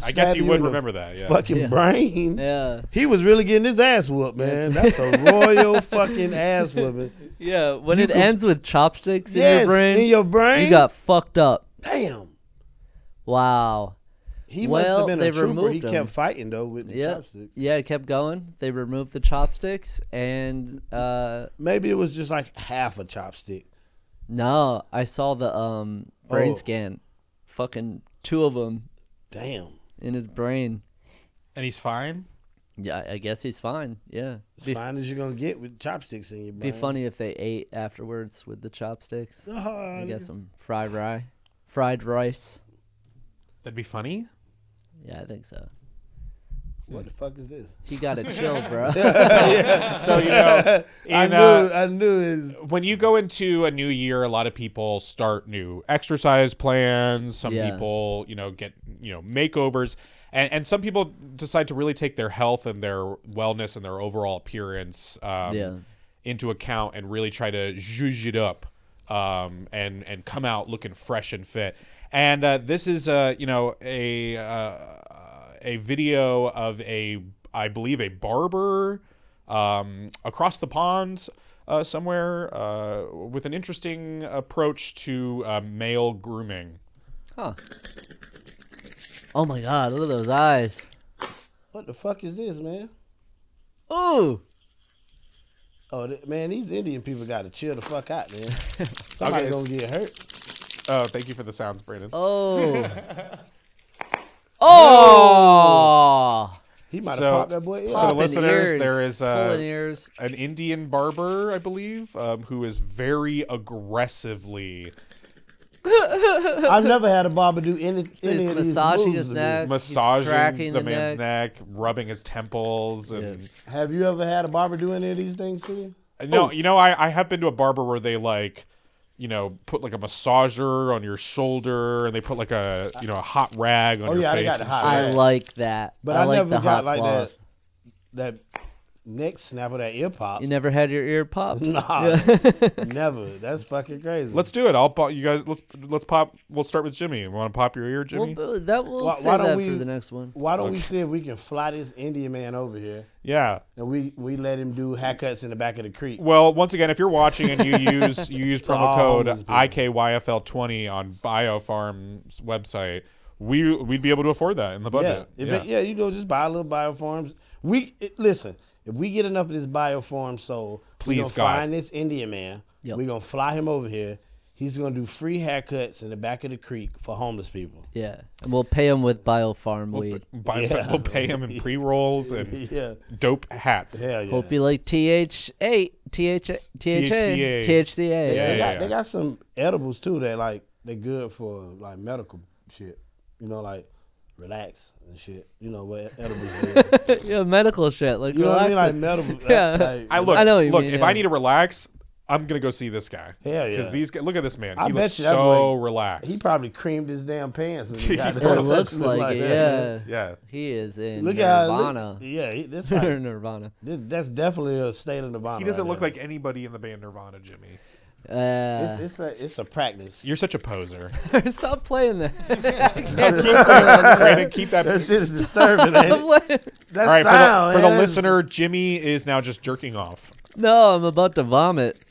S2: I guess
S1: Stab
S2: you would
S1: in the
S2: remember that. Yeah.
S1: Fucking
S3: Yeah.
S1: brain.
S3: Yeah.
S1: He was really getting his ass whooped, man. That's a royal fucking ass whooping.
S3: Yeah. When it ends with chopsticks
S1: yes,
S3: in your brain,
S1: in your brain.
S3: you got fucked up.
S1: damn.
S3: Wow.
S1: He
S3: Well,
S1: must have been
S3: they
S1: a trooper. He
S3: removed him.
S1: kept fighting though with the
S3: Yeah.
S1: chopsticks.
S3: Yeah, it kept going. They removed the chopsticks and uh
S1: Maybe it was just like half a chopstick.
S3: no, I saw the um brain
S1: Oh.
S3: scan. Fucking two of them
S1: Damn.
S3: in his brain.
S2: And he's fine.
S3: Yeah, I guess he's fine. Yeah.
S1: As
S3: Be,
S1: fine as you're gonna get with chopsticks in your
S3: be
S1: brain.
S3: funny if they ate afterwards with the chopsticks. I
S1: Oh,
S3: guess some fried rye. Fried rice.
S2: That'd be funny.
S3: Yeah, I think so.
S1: what the fuck is this?
S3: You gotta chill, bro.
S2: So you know, in,
S1: I knew.
S2: uh,
S1: I knew his
S2: when you go into a new year, a lot of people start new exercise plans. Some
S3: Yeah.
S2: people, you know, get you know makeovers, and and some people decide to really take their health and their wellness and their overall appearance um,
S3: Yeah.
S2: into account and really try to zhuzh it up um, and and come out looking fresh and fit. And uh, this is uh, you know a uh, a video of a I believe a barber um, across the pond uh, somewhere uh, with an interesting approach to uh, male grooming.
S3: Huh. Oh my god, look at those eyes.
S1: What the fuck is this, man?
S3: Ooh.
S1: Oh th- man, these Indian people gotta chill the fuck out, man. Somebody
S2: Okay,
S1: gonna get hurt.
S2: Oh, thank you for the sounds, Brandon.
S3: Oh. oh.
S1: He might have
S2: So-
S1: popped that boy. in.
S2: For the
S3: Popping
S2: listeners,
S3: ears,
S2: there is uh,
S3: pulling ears.
S2: an Indian barber, I believe, um, who is very aggressively
S3: Uh,
S1: I've never had a barber do any, any
S3: He's
S1: of these
S3: massaging
S1: moves
S3: his
S1: to me.
S3: neck. he's cracking
S2: massaging the,
S3: the
S2: man's neck. rubbing his temples, and Uh,
S1: Have you ever had a barber do any of these things to you?
S2: No,
S3: Oh.
S2: you know, I, I have been to a barber where they like, you know, put like a massager on your shoulder, and they put like a you know a hot rag on
S1: Oh,
S2: your
S1: yeah, they
S2: face.
S1: got the
S2: and
S1: hot
S2: shit.
S1: rag.
S3: I
S1: Yeah.
S3: like that.
S1: But
S3: I,
S1: I,
S3: like
S1: never
S3: the hot
S1: got like
S3: cloth.
S1: that that neck snap or that ear pop.
S3: You never had your ear popped?
S1: Nah, never. That's fucking crazy.
S2: Let's do it. I'll pop you guys. Let's let's pop. We'll start with Jimmy. You want to pop your ear,
S3: Well,
S2: Jimmy?
S3: bu- that will
S1: Why-
S3: save
S1: why don't
S3: that
S1: we-
S3: for the next one.
S1: Why don't we see if we can fly this Indian man over here
S2: yeah.
S1: and we we let him do haircuts in the back of the creek?
S2: Well, once again, if you're watching and you use you use promo
S1: all
S2: code
S1: these people.
S2: IKYFL20 on BioFarm's website, we we'd be able to afford that in the
S1: Yeah,
S2: budget.
S1: If it- yeah. you know, just buy a little bioforms. We it, listen. If we get enough of this bioform sold,
S2: Please,
S1: we gonna
S2: God.
S1: find this Indian man.
S3: Yep.
S1: We're gonna fly him over here. He's gonna do free haircuts in the back of the creek for homeless people.
S3: Yeah. And we'll pay them with biofarm weed.
S2: Buy-
S1: Yeah.
S2: We'll pay him in pre rolls and
S1: Yeah,
S2: dope hats.
S1: hell yeah.
S3: Hope you like TH8, THA,
S2: THCA.
S3: THCA. THCA.
S2: Yeah.
S1: they, got, they got some edibles too that like they good for like medical shit. You know, like relax and shit. You know what e-, edibles? Are.
S3: yeah, medical shit. Like,
S1: You know what I mean? Like
S3: relaxing.
S1: medical.
S3: Yeah.
S1: like-
S2: I look.
S3: I know what you
S2: look.
S3: mean,
S2: if
S3: yeah.
S2: I need to relax, I'm gonna go see this guy.
S1: Hell yeah.
S2: Because these guys, look at this man.
S1: I
S2: he
S1: bet
S2: looks
S1: you that
S2: so
S1: boy-
S2: relaxed.
S1: He probably creamed his damn pants. When he got
S2: It
S1: there.
S3: It looks like, it.
S1: that.
S3: Yeah.
S2: yeah.
S3: He is in
S1: Look at
S3: Nirvana.
S1: yeah, he- this, like,
S3: Nirvana.
S1: this that's definitely a state of Nirvana.
S2: He doesn't
S1: right
S2: look
S1: there.
S2: like anybody in the band Nirvana, Jimmy.
S3: Uh,
S1: It's, it's a it's a practice.
S2: You're such a poser.
S3: stop playing that. I can't
S2: Brandon, keep that.
S1: That shit is disturbing. ain't it?
S3: stop playing-
S1: That
S2: All right,
S1: sound,
S2: for the, for the
S1: man, that's-
S2: listener, Jimmy is now just jerking off.
S3: No, I'm about to vomit.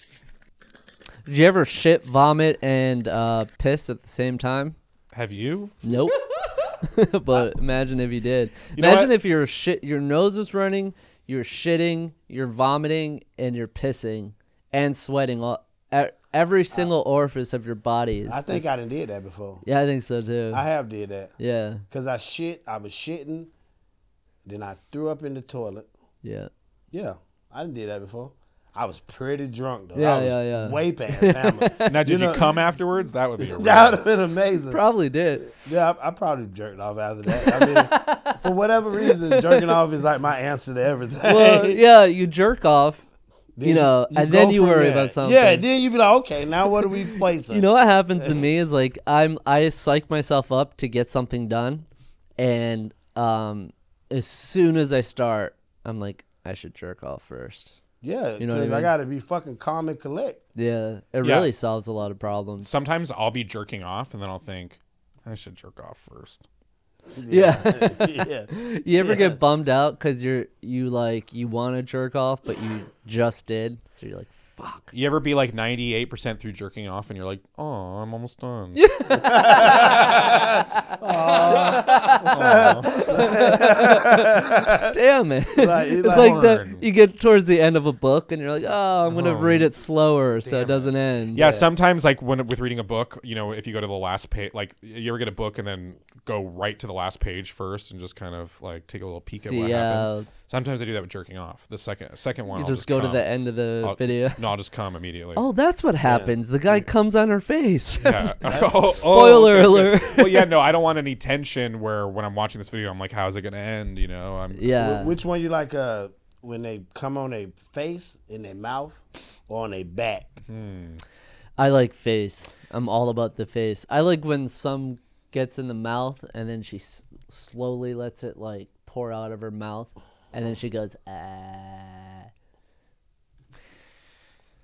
S3: Did you ever shit, vomit, and uh, piss at the same time?
S2: Have you?
S3: Nope. but imagine if you did.
S2: You know
S3: imagine
S2: what?
S3: if your shit, your nose is running, you're shitting, you're vomiting, and you're pissing and sweating. All, e- every single orifice of your body. Is,
S1: I think I done did that before.
S3: yeah, I think so too.
S1: I have did that
S3: yeah,
S1: because I shit. I was shitting, then I threw up in the toilet.
S3: yeah.
S1: Yeah, I done did that before. I was pretty drunk though.
S3: Yeah,
S1: I was
S3: yeah, yeah.
S1: Way past hammered.
S2: Now, did you,
S1: know-
S2: come afterwards? That would be a real.
S1: that would have been amazing.
S3: Probably did.
S1: Yeah, I, I probably jerked off after that. I mean, for whatever reason, jerking off is like my answer to everything.
S3: Well, yeah, you jerk off,
S1: Then
S3: you know, and then
S1: go
S3: you
S1: from
S3: worry
S1: there.
S3: about something.
S1: Yeah, then you be like, okay, now what are we placing?
S3: You know what happens to me is like I'm I psych myself up to get something done, and um, as soon as I start, I'm like I should jerk off first.
S1: yeah,
S3: you know what I
S1: because I,
S3: mean?
S1: gotta be fucking calm and collect.
S3: Yeah, it
S2: Yeah.
S3: really solves a lot of problems.
S2: Sometimes I'll be jerking off, and then I'll think I should jerk off first.
S3: Yeah.
S1: yeah,
S3: you ever get bummed out because you're you like you want to jerk off but you just did, so you're like fuck.
S2: You ever be like 98% through jerking off, and you're like, "Oh, I'm almost done."
S3: Damn it!
S1: Like, it's
S3: it's
S1: like-
S3: like, the
S2: Darn.
S3: you get towards the end of a book and you're like, oh, I'm gonna read it slower so it doesn't end.
S2: Yeah, sometimes like when with reading a book, you know, if you go to the last page, like you ever get a book and then go right to the last page first and just kind of like take a little peek at
S3: See,
S2: what
S3: yeah,
S2: happens. Sometimes I do that with jerking off. The second second one,
S3: you
S2: I'll
S3: just go
S2: come.
S3: to the end of the
S2: I'll-
S3: video.
S2: No, I'll just come immediately.
S3: Oh, that's what happens. The guy comes on her face.
S2: Yeah. Oh, oh,
S3: Spoiler alert.
S2: well, yeah, no, I don't want any tension where when I'm watching this video, I'm like, how's it gonna end? You know, I'm
S3: yeah.
S1: Wh- Which one you like? Uh, when they come on their face, in their mouth, or on their back?
S3: I like face. I'm all about the face. I like when some gets in the mouth and then she s- slowly lets it like pour out of her mouth and then she goes ah.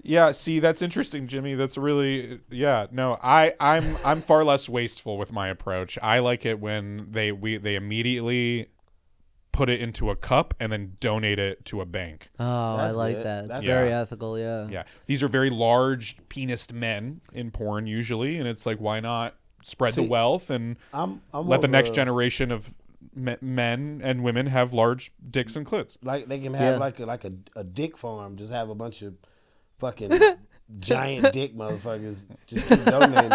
S2: Yeah, see, that's interesting, Jimmy. That's really yeah. No, I I'm I'm far less wasteful with my approach. I like it when they we they immediately put it into a cup and then donate it to a bank.
S3: Oh, I
S1: That's
S3: like
S1: good.
S3: that. It's
S1: That's
S3: very
S2: good.
S3: ethical, yeah.
S2: Yeah. These are very large penised men in porn usually, and it's like why not spread the wealth and
S1: I'm. I'm
S2: let the
S1: over-
S2: next generation of me- men and women have large dicks and clits.
S1: Like they can have
S3: Yeah.
S1: like a, like a, a dick farm. Just have a bunch of fucking giant dick motherfuckers just keep donating.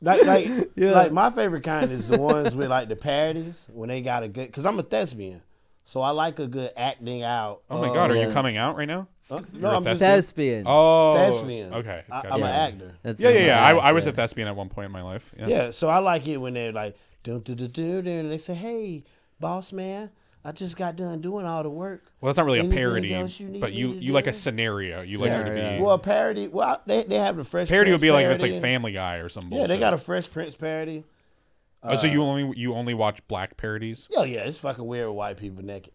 S1: Like like like my favorite kind is the ones with like the parodies when they got a good. Because I'm a thespian, so I like a good acting out.
S2: Oh my god, are you
S3: yeah.
S2: coming out right now?
S1: Uh,
S2: You're
S1: no,
S2: a
S1: I'm just
S2: thespian?
S3: Thespian.
S2: Oh,
S1: thespian.
S2: Okay,
S1: I,
S2: gotcha.
S1: I'm
S3: Yeah.
S1: an actor.
S3: That's
S2: Yeah, yeah, yeah. I,
S3: another
S2: I was a
S3: actor.
S2: thespian at one point in my life. Yeah.
S1: Yeah, so I like it when they're like, do do do do, do, and they say, "Hey, boss man, I just got done doing all the work."
S2: Well, that's not really a
S1: Anything
S2: parody,
S1: else you need
S2: but
S1: me
S2: you
S1: to
S2: you like
S1: do?
S2: a scenario. You like it to
S3: Scenario.
S2: be
S1: Well, a parody. Well, I- they they have the fresh
S2: parody would
S1: Prince
S2: be like if it's like
S1: parody.
S2: Family Guy or some
S1: Yeah,
S2: bullshit.
S1: they got uh, a Fresh Prince parody.
S2: oh, so you only you only watch black parodies?
S1: Oh yeah, it's fucking weird with white people naked.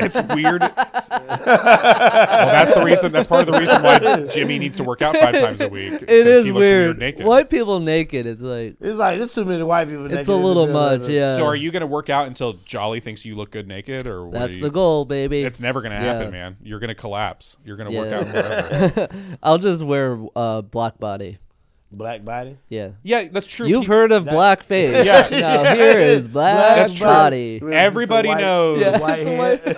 S2: It's weird. It's- well, that's the reason. That's part of the reason why Jimmy needs to work out five times a week.
S3: It
S2: 'cause
S3: is
S2: he looks
S3: weird.
S2: naked.
S3: White people naked. It's like
S1: It's like there's too many white people. naked
S3: it's a
S1: in the
S3: little
S1: building.
S3: much, yeah.
S2: So are you gonna work out until Jolly thinks you look good naked, or what are
S3: Uh, That's
S2: you,
S3: the goal, baby.
S2: It's never gonna happen,
S3: Yeah.
S2: man. You're gonna collapse. You're gonna work
S3: Yeah.
S2: out. Forever.
S3: I'll just wear uh black body.
S1: Black body.
S3: Yeah.
S2: yeah, that's true.
S3: You've
S2: Pe-
S3: heard of blackface.
S2: Yeah.
S3: Now here is black
S1: Black
S3: body.
S1: body.
S2: Everybody
S1: It's a white-
S2: knows.
S1: it's a
S3: Yes.
S1: white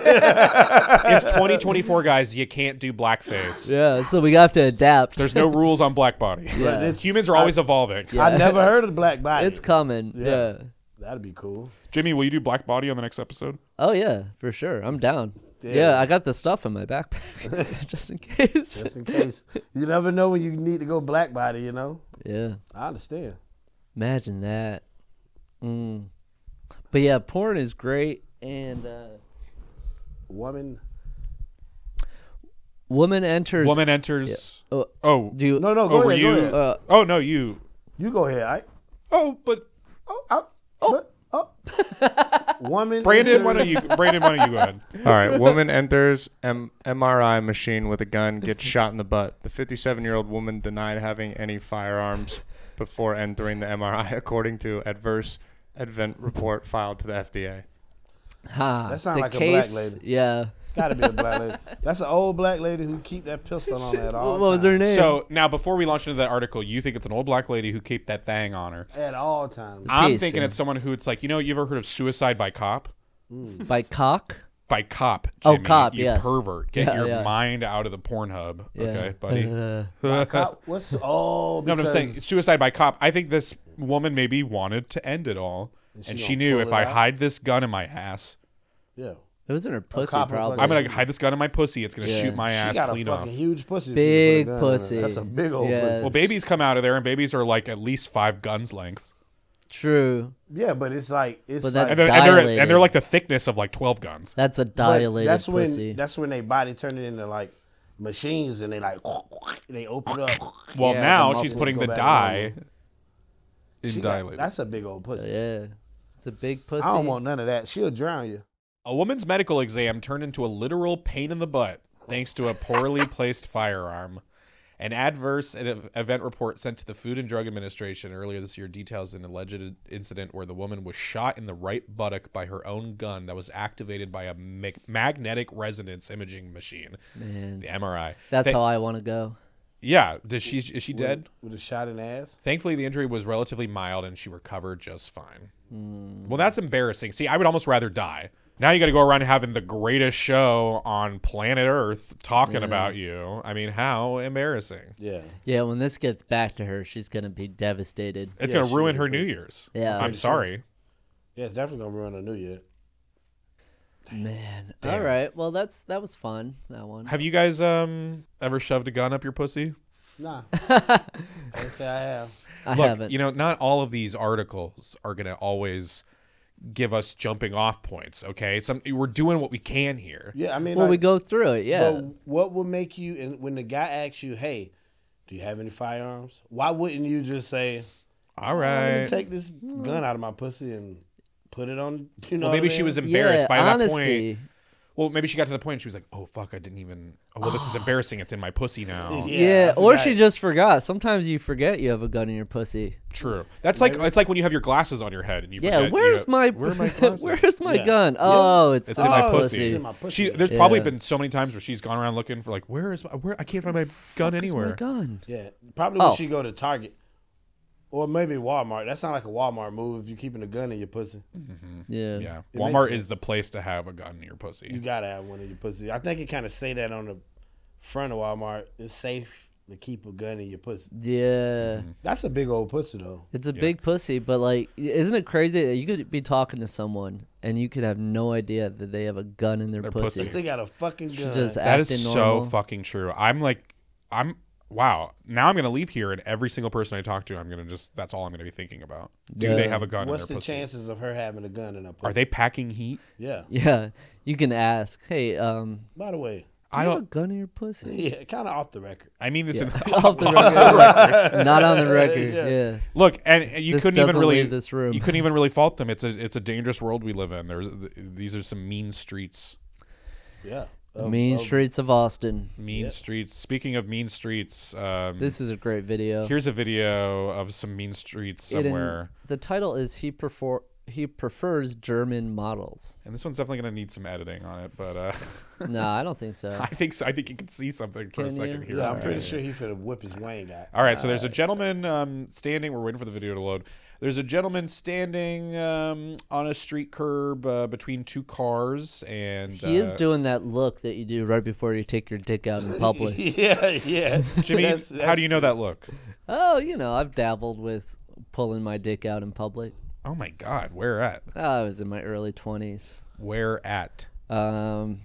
S1: head.
S2: it's 2024, guys. You can't do blackface.
S3: Yeah, so we have to adapt.
S2: There's no rules on black body.
S3: Yeah.
S1: But it's-
S2: Humans are always evolving.
S1: I never heard of black body.
S3: it's coming. Yeah.
S1: Yeah. That'd be cool.
S2: Jimmy, will you do black body on the next episode?
S3: Oh yeah, for sure. I'm down.
S1: Yeah.
S3: Yeah, I got the stuff in my backpack just in case.
S1: Just in case. You never know when you need to go black body, you know?
S3: Yeah.
S1: I understand.
S3: Imagine that. Mm. But yeah, porn is great and uh
S1: Woman
S3: Woman enters.
S2: Woman enters.
S3: Oh,
S2: Oh,
S3: do you,
S1: No, no, go
S2: oh, were
S1: ahead. Go
S2: you?
S1: ahead.
S3: Uh,
S2: oh no, you.
S1: you go ahead. I,
S2: Oh, but
S1: oh, I, oh, oh. Woman.
S2: Brandon,
S1: enters-
S2: why don't you? Brandon, why don't you go ahead?
S4: All right. Woman enters M- MRI machine with a gun, gets shot in the butt. The 57 year old woman denied having any firearms before entering the MRI, according to adverse event report filed to the FDA.
S3: ha,
S1: That sound
S3: the
S1: like a black
S3: case,
S1: lady.
S3: Yeah.
S1: Gotta be a black lady. That's an old black lady who keep that pistol on her at all
S3: what was her
S1: times.
S3: name?
S2: So now, before we launch into that article, you think it's an old black lady who kept that thing on her?
S1: At all times.
S2: I'm
S3: Peace,
S2: thinking
S3: yeah.
S2: it's someone who it's like you know you ever heard of suicide by cop?
S3: by cock.
S2: By cop.
S3: Oh,
S2: Jimmy,
S3: cop,
S2: You
S3: yes.
S2: pervert. Get
S3: Yeah,
S2: your
S3: yeah.
S2: mind out of the porn hub.
S3: Yeah.
S2: Okay, buddy.
S3: Uh,
S1: By cop- What's oh?
S2: No, but I'm
S1: because-
S2: saying suicide by cop. I think this woman maybe wanted to end it all,
S1: she
S2: and she,
S1: gonna
S2: knew
S1: pull
S2: if
S1: it
S2: I
S1: out?
S2: hide this gun in my ass,
S1: Yeah,
S3: it was in her pussy,
S1: cop was
S3: probably.
S1: like-
S2: I'm gonna hide this gun in my pussy. It's gonna
S3: Yeah.
S2: shoot my
S1: she
S2: ass
S1: got a
S2: clean
S1: fucking
S2: off.
S1: huge pussy. if
S3: Big
S1: you put a gun in her.
S3: pussy.
S1: That's a big old
S3: Yes.
S1: pussy.
S2: Well, babies come out of there, and babies are like at least five guns lengths,
S3: True.
S1: Yeah, but it's like it's
S3: But that's
S2: and
S1: like
S2: they're, and they're and
S3: Dilated.
S2: they're like the thickness of like twelve guns.
S3: That's a
S1: but
S3: dilated
S1: that's when
S3: pussy.
S1: that's when they body turned it into like machines and they like and they open up.
S2: Well,
S3: Yeah, the
S2: now she's
S3: muscles
S2: putting
S1: go
S2: the
S1: back
S2: dye in
S1: She got-
S2: dilated.
S1: that's a big old pussy.
S3: yeah. It's a big pussy.
S1: I don't want none of that. She'll drown you.
S2: A woman's medical exam turned into a literal pain in the butt thanks to a poorly placed firearm. An adverse ev- event report sent to the Food and Drug Administration earlier this year details an alleged incident where the woman was shot in the right buttock by her own gun that was activated by a ma- magnetic resonance imaging machine,
S3: Man,
S2: the MRI.
S3: that's
S2: They-
S3: how I want to go.
S2: Yeah, does she is she dead?
S1: with a shot in the ass.
S2: Thankfully, the injury was relatively mild and she recovered just fine. Well, that's embarrassing. See, I would almost rather die. Now you got to go around having the greatest show on planet Earth talking about you. I mean, how embarrassing.
S1: Yeah,
S3: Yeah, when this gets back to her, she's gonna be devastated.
S2: It's
S1: Yeah,
S2: going
S1: she
S2: to
S1: would
S2: ruin her
S1: be-
S2: New Year's.
S3: Yeah.
S2: I'm
S3: Pretty
S2: sorry.
S1: yeah, it's definitely gonna ruin a new year.
S3: Man. All right. Well, that's that was fun. That one.
S2: Have you guys um ever shoved a gun up your pussy?
S1: Nah, I say I have.
S3: I
S2: Look,
S3: haven't.
S2: you know, not all of these articles are going to always give us jumping off points, okay? Some we're doing what we can here.
S1: Yeah, I mean,
S3: well,
S1: like,
S3: we go through it. Yeah.
S1: But Oh, what would make you, and when the guy asks you, hey, do you have any firearms? Why wouldn't you just say,
S2: All
S1: let me
S2: right.
S1: take this gun out of my pussy and put it on? You know,
S2: Well,
S1: what
S2: maybe
S1: I
S2: she
S1: mean?
S2: was embarrassed
S3: yeah,
S2: by that point.
S3: honesty.
S2: Well, maybe she got to the point and she was like, "Oh fuck, I didn't even. Oh, well, this is embarrassing. It's in my pussy
S1: Yeah,
S2: now."
S3: Yeah.
S1: I
S3: or
S1: forgot.
S3: she just forgot. Sometimes you forget you have a gun in your pussy.
S2: True. That's like it's like when you have your glasses on your head and you.
S3: Yeah.
S2: forget,
S3: where's
S2: you-
S3: my
S2: Where are my glasses?
S3: Where's my
S1: Yeah.
S3: gun?
S1: Yeah.
S3: Oh, it's,
S2: It's in my
S1: Oh,
S2: pussy.
S1: it's in my pussy.
S2: She, there's probably
S3: Yeah.
S2: been so many times where she's gone around looking for like, where is my, where I can't find my gun
S3: Where's my
S2: anywhere.
S3: gun.
S1: Yeah, probably when
S3: Oh.
S1: she go to Target. Or maybe Walmart. That sounds like a Walmart move if you're keeping a gun in your pussy.
S2: Yeah,
S3: Yeah.
S1: It makes
S2: Walmart
S1: sense.
S2: is the place to have a gun in your pussy.
S1: You gotta have one in your pussy. I think it kind of say that on the front of Walmart. It's safe to keep a gun in your pussy.
S3: Yeah.
S1: That's a big old pussy though.
S3: It's a big pussy, but like, isn't it crazy that you could be talking to someone and you could have no idea that they have a gun in their,
S2: Their
S3: pussy?
S2: pussy.
S1: They got a fucking gun.
S3: Just
S2: that
S3: acting
S2: is
S3: normal.
S2: so fucking true. I'm like, I'm wow. Now I'm gonna leave here and every single person I talk to, I'm gonna just that's all I'm gonna be thinking about. Do
S3: Yeah.
S2: they have a gun
S1: What's the
S2: in their pussy?
S1: chances of her having a gun in her pussy?
S2: Are they packing heat?
S1: Yeah.
S3: Yeah, you can ask. Hey, um,
S1: By the way,
S3: do
S2: I
S3: you have a
S2: don't.
S3: gun in your pussy?
S1: yeah, kind of off the record.
S2: I mean this in
S3: Off the record. Not on the record.
S1: Yeah.
S3: Yeah.
S2: Look, and and you
S3: This
S2: couldn't even
S3: doesn't
S2: really
S3: leave this room.
S2: You couldn't even really fault them. It's a it's a dangerous world we live in. There's th- these are some mean streets.
S1: Yeah.
S2: Oh,
S1: Oh, Of-
S3: mean
S1: of-
S3: streets of Austin.
S2: Mean streets. Speaking of mean streets, um,
S3: This is a great video.
S2: here's a video of some mean streets
S3: It in-
S2: somewhere,
S3: the title is he prefer he prefers German models.
S2: and this one's definitely gonna need some editing on it. But uh,
S3: No, I don't think so.
S2: I think so. I think you can see something for a
S3: Can
S2: second
S3: you?
S2: here.
S1: Yeah, I'm
S2: All
S1: pretty
S2: right.
S1: sure he finna whip his wang out.
S2: All right, so there's a gentleman um, standing. We're waiting for the video to load. There's a gentleman standing um, on a street curb uh, between two cars, and
S3: He is
S2: uh,
S3: doing that look that you do right before you take your dick out in public.
S1: Yeah, yeah.
S2: Jimmy, how do you know that look?
S3: oh, you know, I've dabbled with pulling my dick out in public. Ah,
S2: Oh my God, where at?
S3: I was in my early twenties.
S2: Where at?
S3: Um,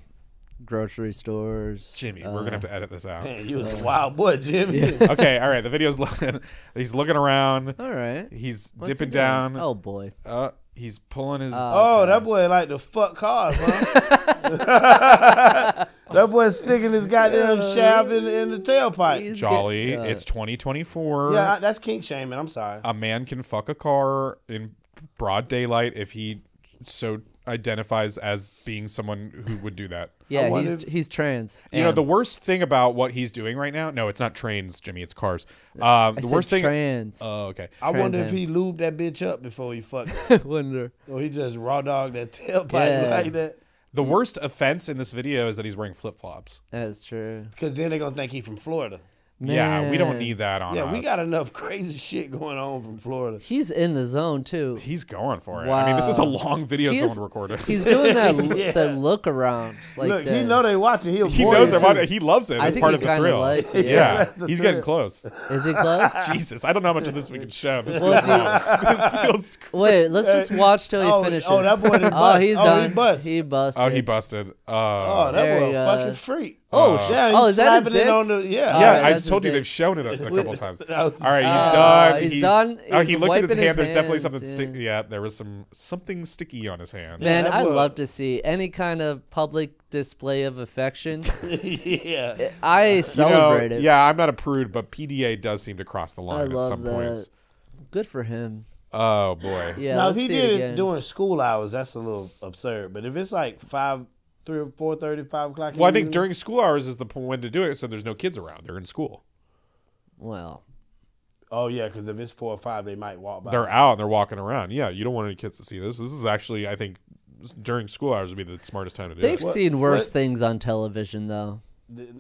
S3: grocery stores.
S2: Jimmy, we're gonna have to edit this out.
S3: Uh.
S1: Man, you was a wild boy, Jimmy.
S2: okay, all right. The video's looking. He's looking around.
S3: All right.
S2: He's
S3: What's he
S2: dipping
S3: doing?
S2: down.
S3: Oh boy.
S2: Uh, he's pulling his.
S1: Oh, that boy like to fuck cars, huh? That boy's sticking his goddamn shaft in, in the tailpipe.
S3: He's
S2: Jolly,
S3: get- uh,
S2: it's 2024.
S1: Yeah, I- that's kink shaming. I'm sorry.
S2: a man can fuck a car in broad daylight if he so identifies as being someone who would do that.
S1: I
S3: yeah. He's
S1: wanted-
S3: he's trans.
S2: You know,
S3: and-
S2: the worst thing about what he's doing right now, no, it's not trains, Jimmy, it's cars. Um,
S3: I
S2: the
S3: said
S2: worst thing.
S3: Trans.
S2: Oh, okay.
S1: I wonder if
S3: trans
S1: he lubed that bitch up before he fucked, her.
S3: Wonder.
S1: or he just raw dog that tailpipe
S3: Yeah.
S1: like that.
S2: The worst offense in this video is that he's wearing flip flops.
S3: That's true.
S1: Because then they're gonna think he from Florida.
S2: Yeah, we don't
S3: Man.
S2: need that on
S1: Yeah, we
S2: us.
S1: got enough crazy shit going on from Florida.
S3: He's in the zone too.
S2: He's going for it. I mean, this is a
S3: Wow.
S2: long video
S3: He is-
S2: someone recorded.
S3: He's doing that
S1: Yeah.
S3: that look around. Like
S1: Look, he
S3: that.
S1: know they watching. He'll
S2: he
S1: boy
S2: knows
S1: it,
S2: about
S1: too.
S2: it. He loves it.
S3: I
S2: That's
S3: think
S2: part
S3: he
S2: of the
S3: kinda
S2: thrill.
S3: likes
S2: yeah,
S3: it, yeah.
S1: That's the
S2: he's getting
S1: thrill.
S2: close.
S3: Is it close?
S2: Jesus, I don't know how much of this we can show. This
S3: Well,
S2: feels wrong. This feels cr-
S3: Wait, let's just watch till he
S1: Oh,
S3: finishes.
S1: oh, that boy done
S3: Oh,
S1: bust.
S3: he's
S1: Oh, he
S3: done.
S1: bust.
S3: He busted.
S2: Oh, he busted. Uh,
S1: Oh, that
S3: There
S1: boy
S3: he
S1: a fucking
S3: goes.
S1: freak.
S3: Oh,
S1: yeah.
S3: oh,
S1: he's
S3: is that his
S1: slapping it
S3: dick?
S1: on the yeah.
S2: yeah,
S3: yeah,
S2: I
S3: Uh, that's
S2: told you
S3: his
S2: they've
S3: dick.
S2: shown it a, a couple times.
S1: That was-
S2: All right, he's
S3: Uh,
S2: done.
S3: he's done.
S2: Oh, he
S3: He's
S2: looked at his hand.
S3: wiping his
S2: There's definitely
S3: hands,
S2: something
S3: yeah.
S2: sticky. Yeah, there was some something sticky on his hand.
S3: Man,
S1: that
S3: I
S1: boy-
S3: love to see any kind of public display of affection.
S1: yeah.
S3: I
S2: You know,
S3: celebrate it.
S2: Yeah, I'm not a prude, but PDA does seem to cross the
S3: I
S2: line at
S3: love
S2: some
S3: that.
S2: points.
S3: Good for him.
S2: Oh boy.
S3: Yeah,
S1: now if
S3: let's
S1: he
S3: see
S1: did
S3: it
S1: it
S3: again.
S1: during school hours, that's a little absurd. But if it's like five, three or four thirty, five o'clock. in
S2: Well, I
S1: the
S2: think
S1: evening-
S2: during school hours is the p- when to do it, so there's no kids around. They're in school.
S3: well,
S1: Oh yeah, because if it's four or five, they might walk by.
S2: They're out and they're walking around. Yeah, you don't want any kids to see this. This is actually, I think, s- during school hours would be the smartest time to do
S3: they've
S2: it.
S3: seen worse
S1: what-
S3: things on television, though.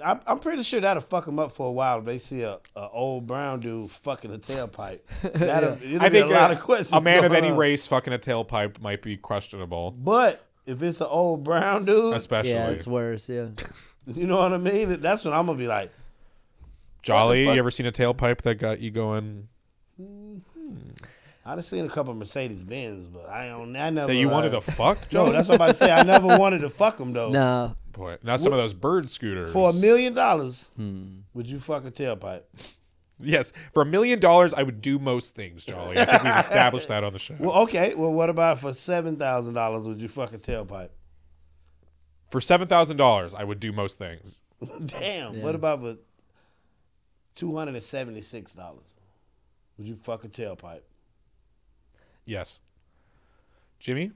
S1: I'm, I'm pretty sure that'll fuck them up for a while if they see a, a old brown dude fucking a tailpipe. That'll, it'll
S2: I think uh,
S1: be a lot of questions.
S2: a man of
S1: going
S2: any
S1: on.
S2: race fucking a tailpipe might be questionable,
S1: But if it's an old brown dude,
S2: especially
S3: Yeah, it's worse. Yeah.
S1: you know what I mean. That's when I'm gonna be like,
S2: Jolly.
S1: fuck?
S2: You ever seen a tailpipe that got you going
S1: I done seen a couple Mercedes Benz, but I don't. I never.
S2: that you wanted to
S1: like-
S2: fuck, Jolly?
S1: No, that's what I'm about to say. I never wanted to fuck them though.
S3: No,
S2: Boy, not some of those bird scooters
S1: For a million dollars, would you fuck a tailpipe?
S2: Yes, for a million dollars, I would do most things, Jolly. I think we've established that on the show.
S1: Well, okay. Well, what about for seven thousand dollars? Would you fuck a tailpipe?
S2: for seven thousand dollars, I would do most things.
S1: Damn. What about for two hundred and seventy-six dollars? Would you fuck a tailpipe?
S2: Yes, Jimmy.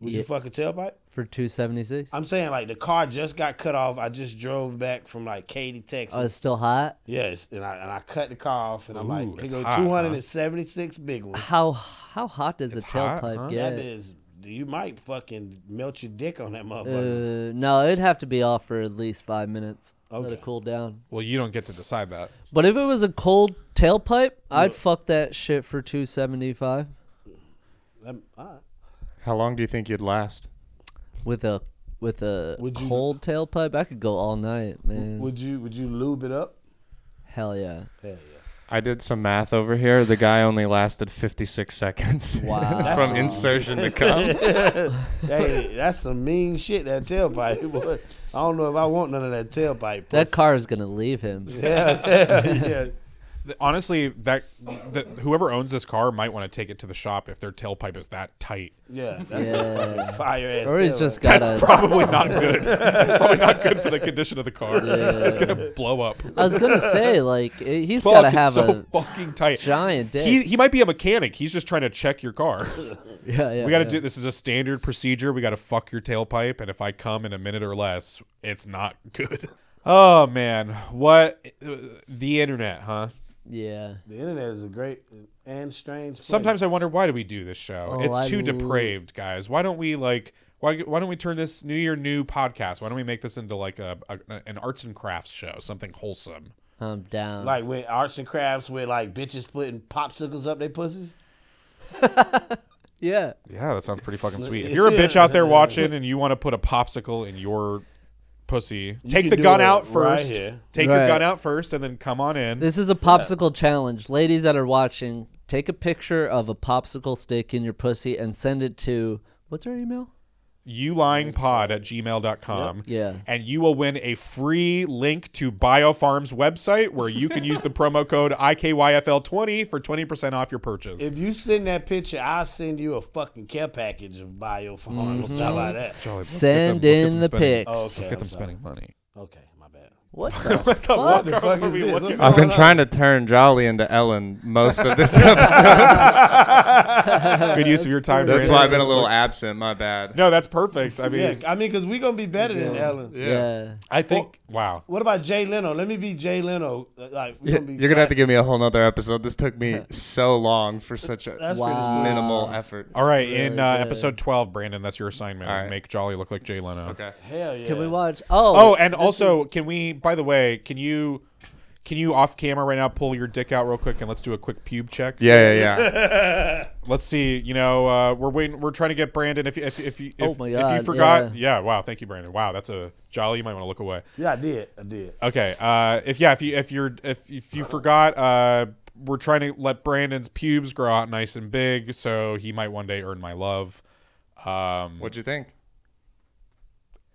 S1: Would
S3: Yeah.
S1: you fuck a tailpipe?
S3: for two seventy six.
S1: I'm saying like the car just got cut off. I just drove back from like Katy, Texas.
S3: Oh, it's still hot.
S1: yes, and I and I cut the car off, and I'm
S2: Ooh,
S1: like, here
S2: it's
S1: go
S2: hot, huh?
S1: two hundred and seventy-six big ones.
S3: How how hot does
S2: It's
S3: a
S2: hot,
S3: tailpipe
S2: huh?
S3: get?
S1: That is, you might fucking melt your dick on that motherfucker.
S3: Uh, no, it'd have to be off for at least five minutes. Let
S1: Okay.
S3: it cool down.
S2: Well, you don't get to decide that.
S3: But if it was a cold tailpipe, I'd fuck that shit for two seventy five Uh.
S1: Um, all right.
S4: How long do you think you'd last?
S3: with a with a
S1: Would you-
S3: cold tailpipe. I could go all night, man.
S1: Would you would you lube it up?
S3: Hell yeah!
S1: Hell
S4: I did some math over here. The guy only lasted 56 seconds.
S3: Wow.
S4: From insertion to come.
S1: yeah. hey, that's some mean shit. That tailpipe. Boy. I don't know if I want none of that tailpipe.
S3: That
S1: pussy.
S3: car is gonna leave him.
S1: yeah, yeah, yeah.
S2: Th- Honestly, that, that whoever owns this car might want to take it to the shop if their tailpipe is that tight.
S1: yeah, That's
S3: Yeah.
S1: a fucking fire ass.
S3: Or he's
S1: tailpipe.
S3: just got
S2: That's
S3: a.
S2: probably not good. That's probably not good for the condition of the car.
S3: Yeah.
S2: It's gonna blow up.
S3: I was gonna say like it- he's
S2: Fuck,
S3: gotta
S2: it's
S3: have
S2: so fucking
S3: a
S2: tight.
S3: giant dick.
S2: He, he might be a mechanic. He's just trying to check your car.
S3: yeah, yeah.
S2: We got to
S3: yeah.
S2: do this is a standard procedure. We got to fuck your tailpipe, and if I come in a minute or less, it's not good. Oh man, what uh, the internet, huh?
S3: Yeah.
S1: the internet is a great and strange. Place.
S2: Sometimes I wonder why do we do this show?
S3: Oh,
S2: it's
S3: I
S2: too
S3: l-
S2: depraved, guys. Why don't we like why why don't we turn this new year new podcast? Why don't we make this into like a, a an arts and crafts show, something wholesome?
S3: I'm down.
S1: like with arts and crafts, with like bitches putting popsicles up their pussies.
S3: yeah.
S2: Yeah, that sounds pretty fucking sweet. If you're a bitch out there watching and you want to put a popsicle in your pussy, take
S1: can
S2: the
S1: do
S2: gun
S1: it
S2: out
S1: right
S2: first.
S1: here.
S2: take your
S3: Right.
S2: gun out first and then come on in.
S3: This is a popsicle challenge. Ladies that are watching, take a picture of a popsicle stick in your pussy and send it to what's our email?
S2: youlingpod at gmail.com.
S3: Yeah.
S2: And you will win a free link to BioFarm's website where you can use the promo code IKYFL20 for 20% off your purchase.
S1: If you send that picture, I'll send you a fucking care package of biofarm.
S3: Mm-hmm.
S1: mm How about that?
S2: Charlie, let's get
S3: Send
S2: them- let's get
S3: in
S2: them
S3: the
S2: spending-
S3: pics.
S1: Oh, okay.
S2: Let's
S1: I'm
S2: get them
S1: sorry.
S2: spending money.
S1: Okay, my bad.
S3: What the?
S2: The
S1: the
S2: walk-up
S1: fuck
S2: are
S1: is
S2: we
S1: this?
S2: looking
S1: What's
S2: at?
S1: going
S4: I've been
S1: on?
S4: trying to turn Jolly into Ellen most of this episode.
S2: Good use of your time.
S4: That's
S2: Brandon.
S4: why I've been a little absent. My bad.
S2: No, that's perfect. I mean,
S1: Yeah, I mean, because we're going to be better than Ellen.
S3: yeah.
S2: I think. Wow.
S1: What about Jay Leno? Let me be Jay Leno. Uh, Like, we're
S4: You're
S1: gonna be
S4: gonna have to
S1: classy.
S4: give me a whole nother episode. This took me so long for such a
S1: That's pretty
S3: Wow.
S4: minimal effort.
S2: All right, in uh,
S3: good.
S2: episode twelve, Brandon, that's your assignment:
S4: All
S2: is
S4: right.
S2: make Jolly look like Jay Leno.
S4: Okay.
S1: Hell yeah.
S3: Can we watch? Oh.
S2: Oh, and also, can we? By the way, can you, can you off camera right now pull your dick out real quick and let's do a quick pube check?
S4: Yeah, yeah, yeah.
S2: Let's see. You know, uh, we're waiting. We're trying to get Brandon. If you- if if you if,
S3: Oh my
S2: if
S3: God,
S2: you forgot, yeah. Wow. Thank you, Brandon. Wow, that's a Jolly. You might want to look away.
S1: Yeah, I did. I did.
S2: Okay. Uh, if yeah, if you if you're if if you forgot, uh, we're trying to let Brandon's pubes grow out nice and big, so he might one day earn my love. Um,
S4: What'd you think?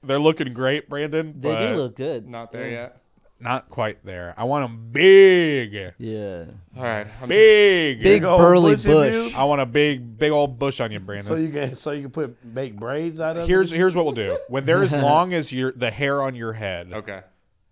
S2: they're looking great, Brandon.
S3: they
S2: but
S3: do look good.
S4: Not there yet.
S2: not quite there. I want them big,
S3: Yeah.
S4: All right. I'm
S2: big,
S3: Big
S1: old
S3: burly
S1: bush of
S3: bush.
S1: you?
S2: I want a big, big old bush on you,
S1: So
S2: Brandon.
S1: you can so you can put make braids out of
S2: here's
S1: it?
S2: here's what we'll do. When they're as long as your the hair on your head,
S4: okay.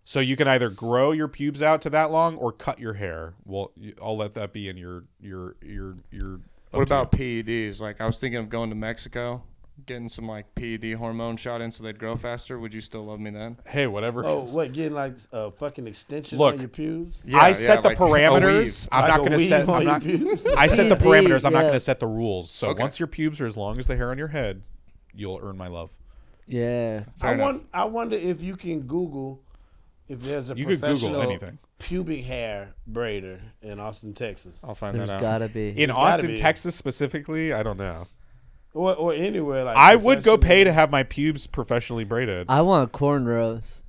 S2: so you can either grow your pubes out to that long or cut your hair. Well, you- I'll let that be in your your your your. up
S4: What
S2: to you.
S4: about PEDs? Like, I was thinking of going to Mexico, getting some like PED hormone shot in so they'd grow faster. Would you still love me then?
S2: hey, whatever.
S1: Oh, what? Getting like a fucking extension
S2: Look.
S1: on your pubes?
S4: Yeah,
S2: I
S4: yeah,
S2: set the
S4: like a
S2: parameters.
S4: weave.
S2: I'm
S1: Like
S2: not
S1: a
S2: gonna set.
S1: weave on
S2: I'm
S1: your
S2: not,
S1: pubes?
S2: I set the
S3: Indeed,
S2: parameters. I'm not
S3: yeah.
S2: gonna set the rules. So
S4: Okay.
S2: once your pubes are as long as the hair on your head, you'll earn my love.
S3: Yeah.
S4: Fair
S1: I
S4: enough.
S1: want. I wonder if you can Google if there's a
S2: You could Google
S1: professional
S2: anything.
S1: pubic hair braider in Austin, Texas,
S2: Oh.
S4: I'll find
S3: There's
S4: that out.
S3: gotta be.
S2: In
S1: gotta
S2: Austin,
S1: be.
S2: Texas specifically, I don't know.
S1: or or anywhere like.
S2: I would
S1: professional-
S2: go pay to have my pubes professionally braided.
S3: I want cornrows.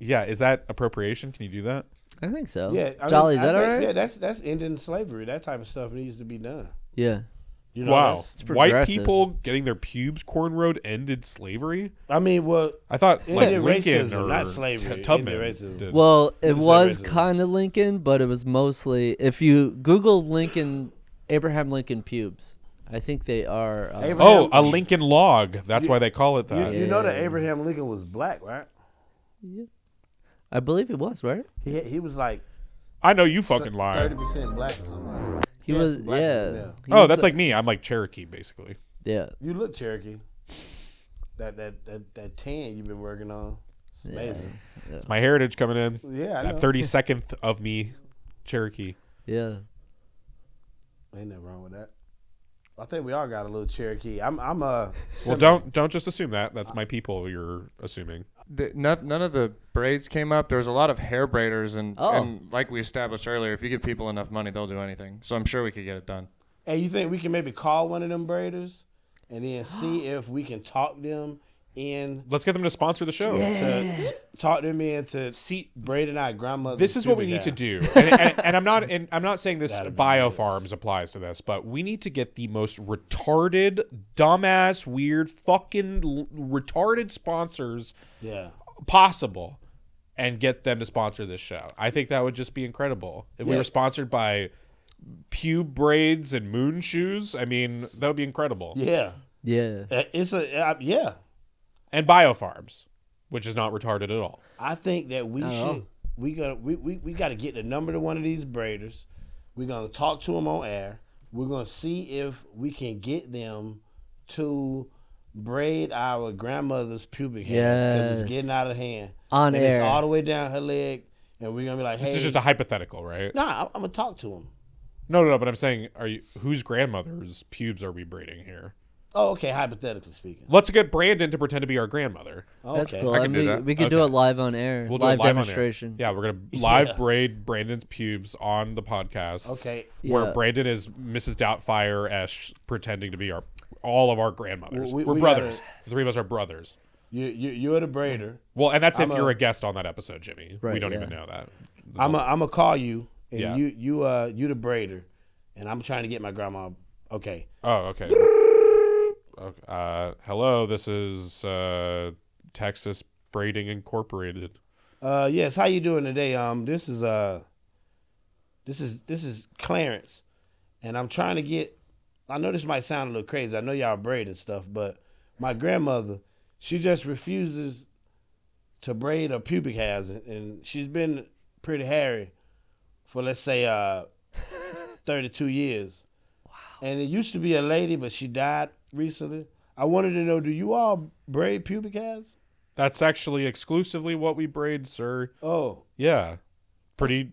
S2: yeah, is that appropriation? Can you do that?
S3: I think so.
S1: Yeah, I mean,
S3: Jolly,
S1: I
S3: is that
S1: think-
S3: all right?
S1: Yeah, that's that's Indian slavery. That type of stuff needs to be done.
S3: yeah.
S1: You know,
S2: wow.
S1: that's-
S2: White
S3: progressive.
S2: people getting their pubes cornroad ended slavery?
S1: I mean, well,
S2: I thought like
S1: Indian
S2: Lincoln
S1: racism,
S2: or
S1: not slavery,
S2: T- Tubman
S1: Indian racism.
S2: did.
S3: Well, it
S1: Didn't say
S3: was
S1: racism.
S3: kind of Lincoln, but it was mostly if you Google Lincoln, Abraham Lincoln pubes. I think they are. Uh,
S1: Abraham-
S2: oh, a Lincoln log. That's why they call it
S1: you,
S2: that.
S1: you know that
S3: Yeah.
S1: Abraham Lincoln was black, right?
S3: I believe it was right.
S1: He he was like
S2: I know you fucking
S1: thirty
S2: lie.
S1: percent black or something like that.
S3: He
S1: Yeah,
S3: was
S1: it's black,
S3: yeah.
S1: yeah.
S3: He
S2: Oh,
S3: was,
S2: that's
S3: uh,
S2: like me. I'm like Cherokee basically.
S3: yeah.
S1: You look Cherokee. That that that, that tan you've been working on. It's amazing.
S2: It's my heritage coming in.
S1: Yeah, I know.
S2: That 32nd of me Cherokee.
S3: Yeah.
S1: Ain't nothing wrong with that. I think we all got a little Cherokee. I'm I'm uh, a
S2: Well, don't don't just assume that. That's my people you're assuming.
S4: the, none, none of the braids came up. There was a lot of hair braiders, and,
S3: Oh.
S4: and like we established earlier, if you give people enough money, they'll do anything. So I'm sure we could get it done.
S1: Hey, you think we can maybe call one of them braiders and then see if we can talk them in
S2: Let's get them to sponsor the show.
S1: to talk them in to
S2: See,
S1: braiding our grandmother.
S2: this is what we need to do and, and, and i'm not and i'm not saying this
S1: That'd be
S2: biofarms applies to this but we need to get the most retarded dumbass weird fucking l- retarded sponsors
S1: Yeah.
S2: possible and get them to sponsor this show i think that would just be incredible if we
S1: Yeah.
S2: were sponsored by pube braids and moon shoes i mean that would be incredible
S1: Yeah.
S3: Yeah.
S1: Uh, It's a uh, yeah.
S2: and biofarms which is not retarded at all
S1: I think that we
S3: Not at
S1: should
S3: all.
S1: we gonna we, we, we gotta get the number to one of these braiders. We're gonna talk to them on air. We're gonna see if we can get them to braid our grandmother's pubic hairs because
S3: Yes.
S1: it's getting out of hand.
S3: On
S1: and it's
S3: air.
S1: all the way down her leg, and we're gonna be like, hey,
S2: this is just a hypothetical right
S1: nah, I'm, I'm gonna talk to them.
S2: no no no but i'm saying are you whose grandmother's pubes are we braiding here
S1: Oh, okay. Hypothetically speaking,
S2: Let's get Brandon to pretend to be our grandmother.
S1: okay.
S3: That's cool. I
S4: can do
S3: we,
S4: that.
S3: we could do
S2: Okay.
S3: it live on air.
S2: We'll do
S3: live,
S2: a live
S3: demonstration.
S2: On air. Yeah, we're gonna live braid Brandon's pubes on the podcast.
S1: Okay,
S2: Where
S3: Yeah.
S2: Brandon is Mrs. Doubtfire esque pretending to be our all of our grandmothers.
S1: We-
S2: are
S1: we
S2: brothers. The three of us are brothers.
S1: you you you're the braider.
S2: Well, and that's if
S1: I'm
S2: you're
S1: a-
S2: a guest on that episode, Jimmy. we
S3: Right,
S2: don't
S3: yeah.
S2: even know that.
S1: I'm a, I'm gonna call you, and
S2: Yeah.
S1: you you uh you the braider, and I'm trying to get my grandma. Okay,
S2: Oh, okay. okay, uh, hello, this is uh, Texas Braiding Incorporated.
S1: Uh, yes. How you doing today? Um, this is uh, this is this is Clarence, and I'm trying to get. I know this might sound a little crazy. I know y'all braid and stuff, but my grandmother, she just refuses to braid her pubic hairs, and- and she's been pretty hairy for let's say uh, 32 years. Wow. And it used to be a lady, but she died recently. I wanted to know, do you all braid pubic hairs?
S2: That's actually exclusively what we braid, sir.
S1: Oh,
S2: Yeah, pretty.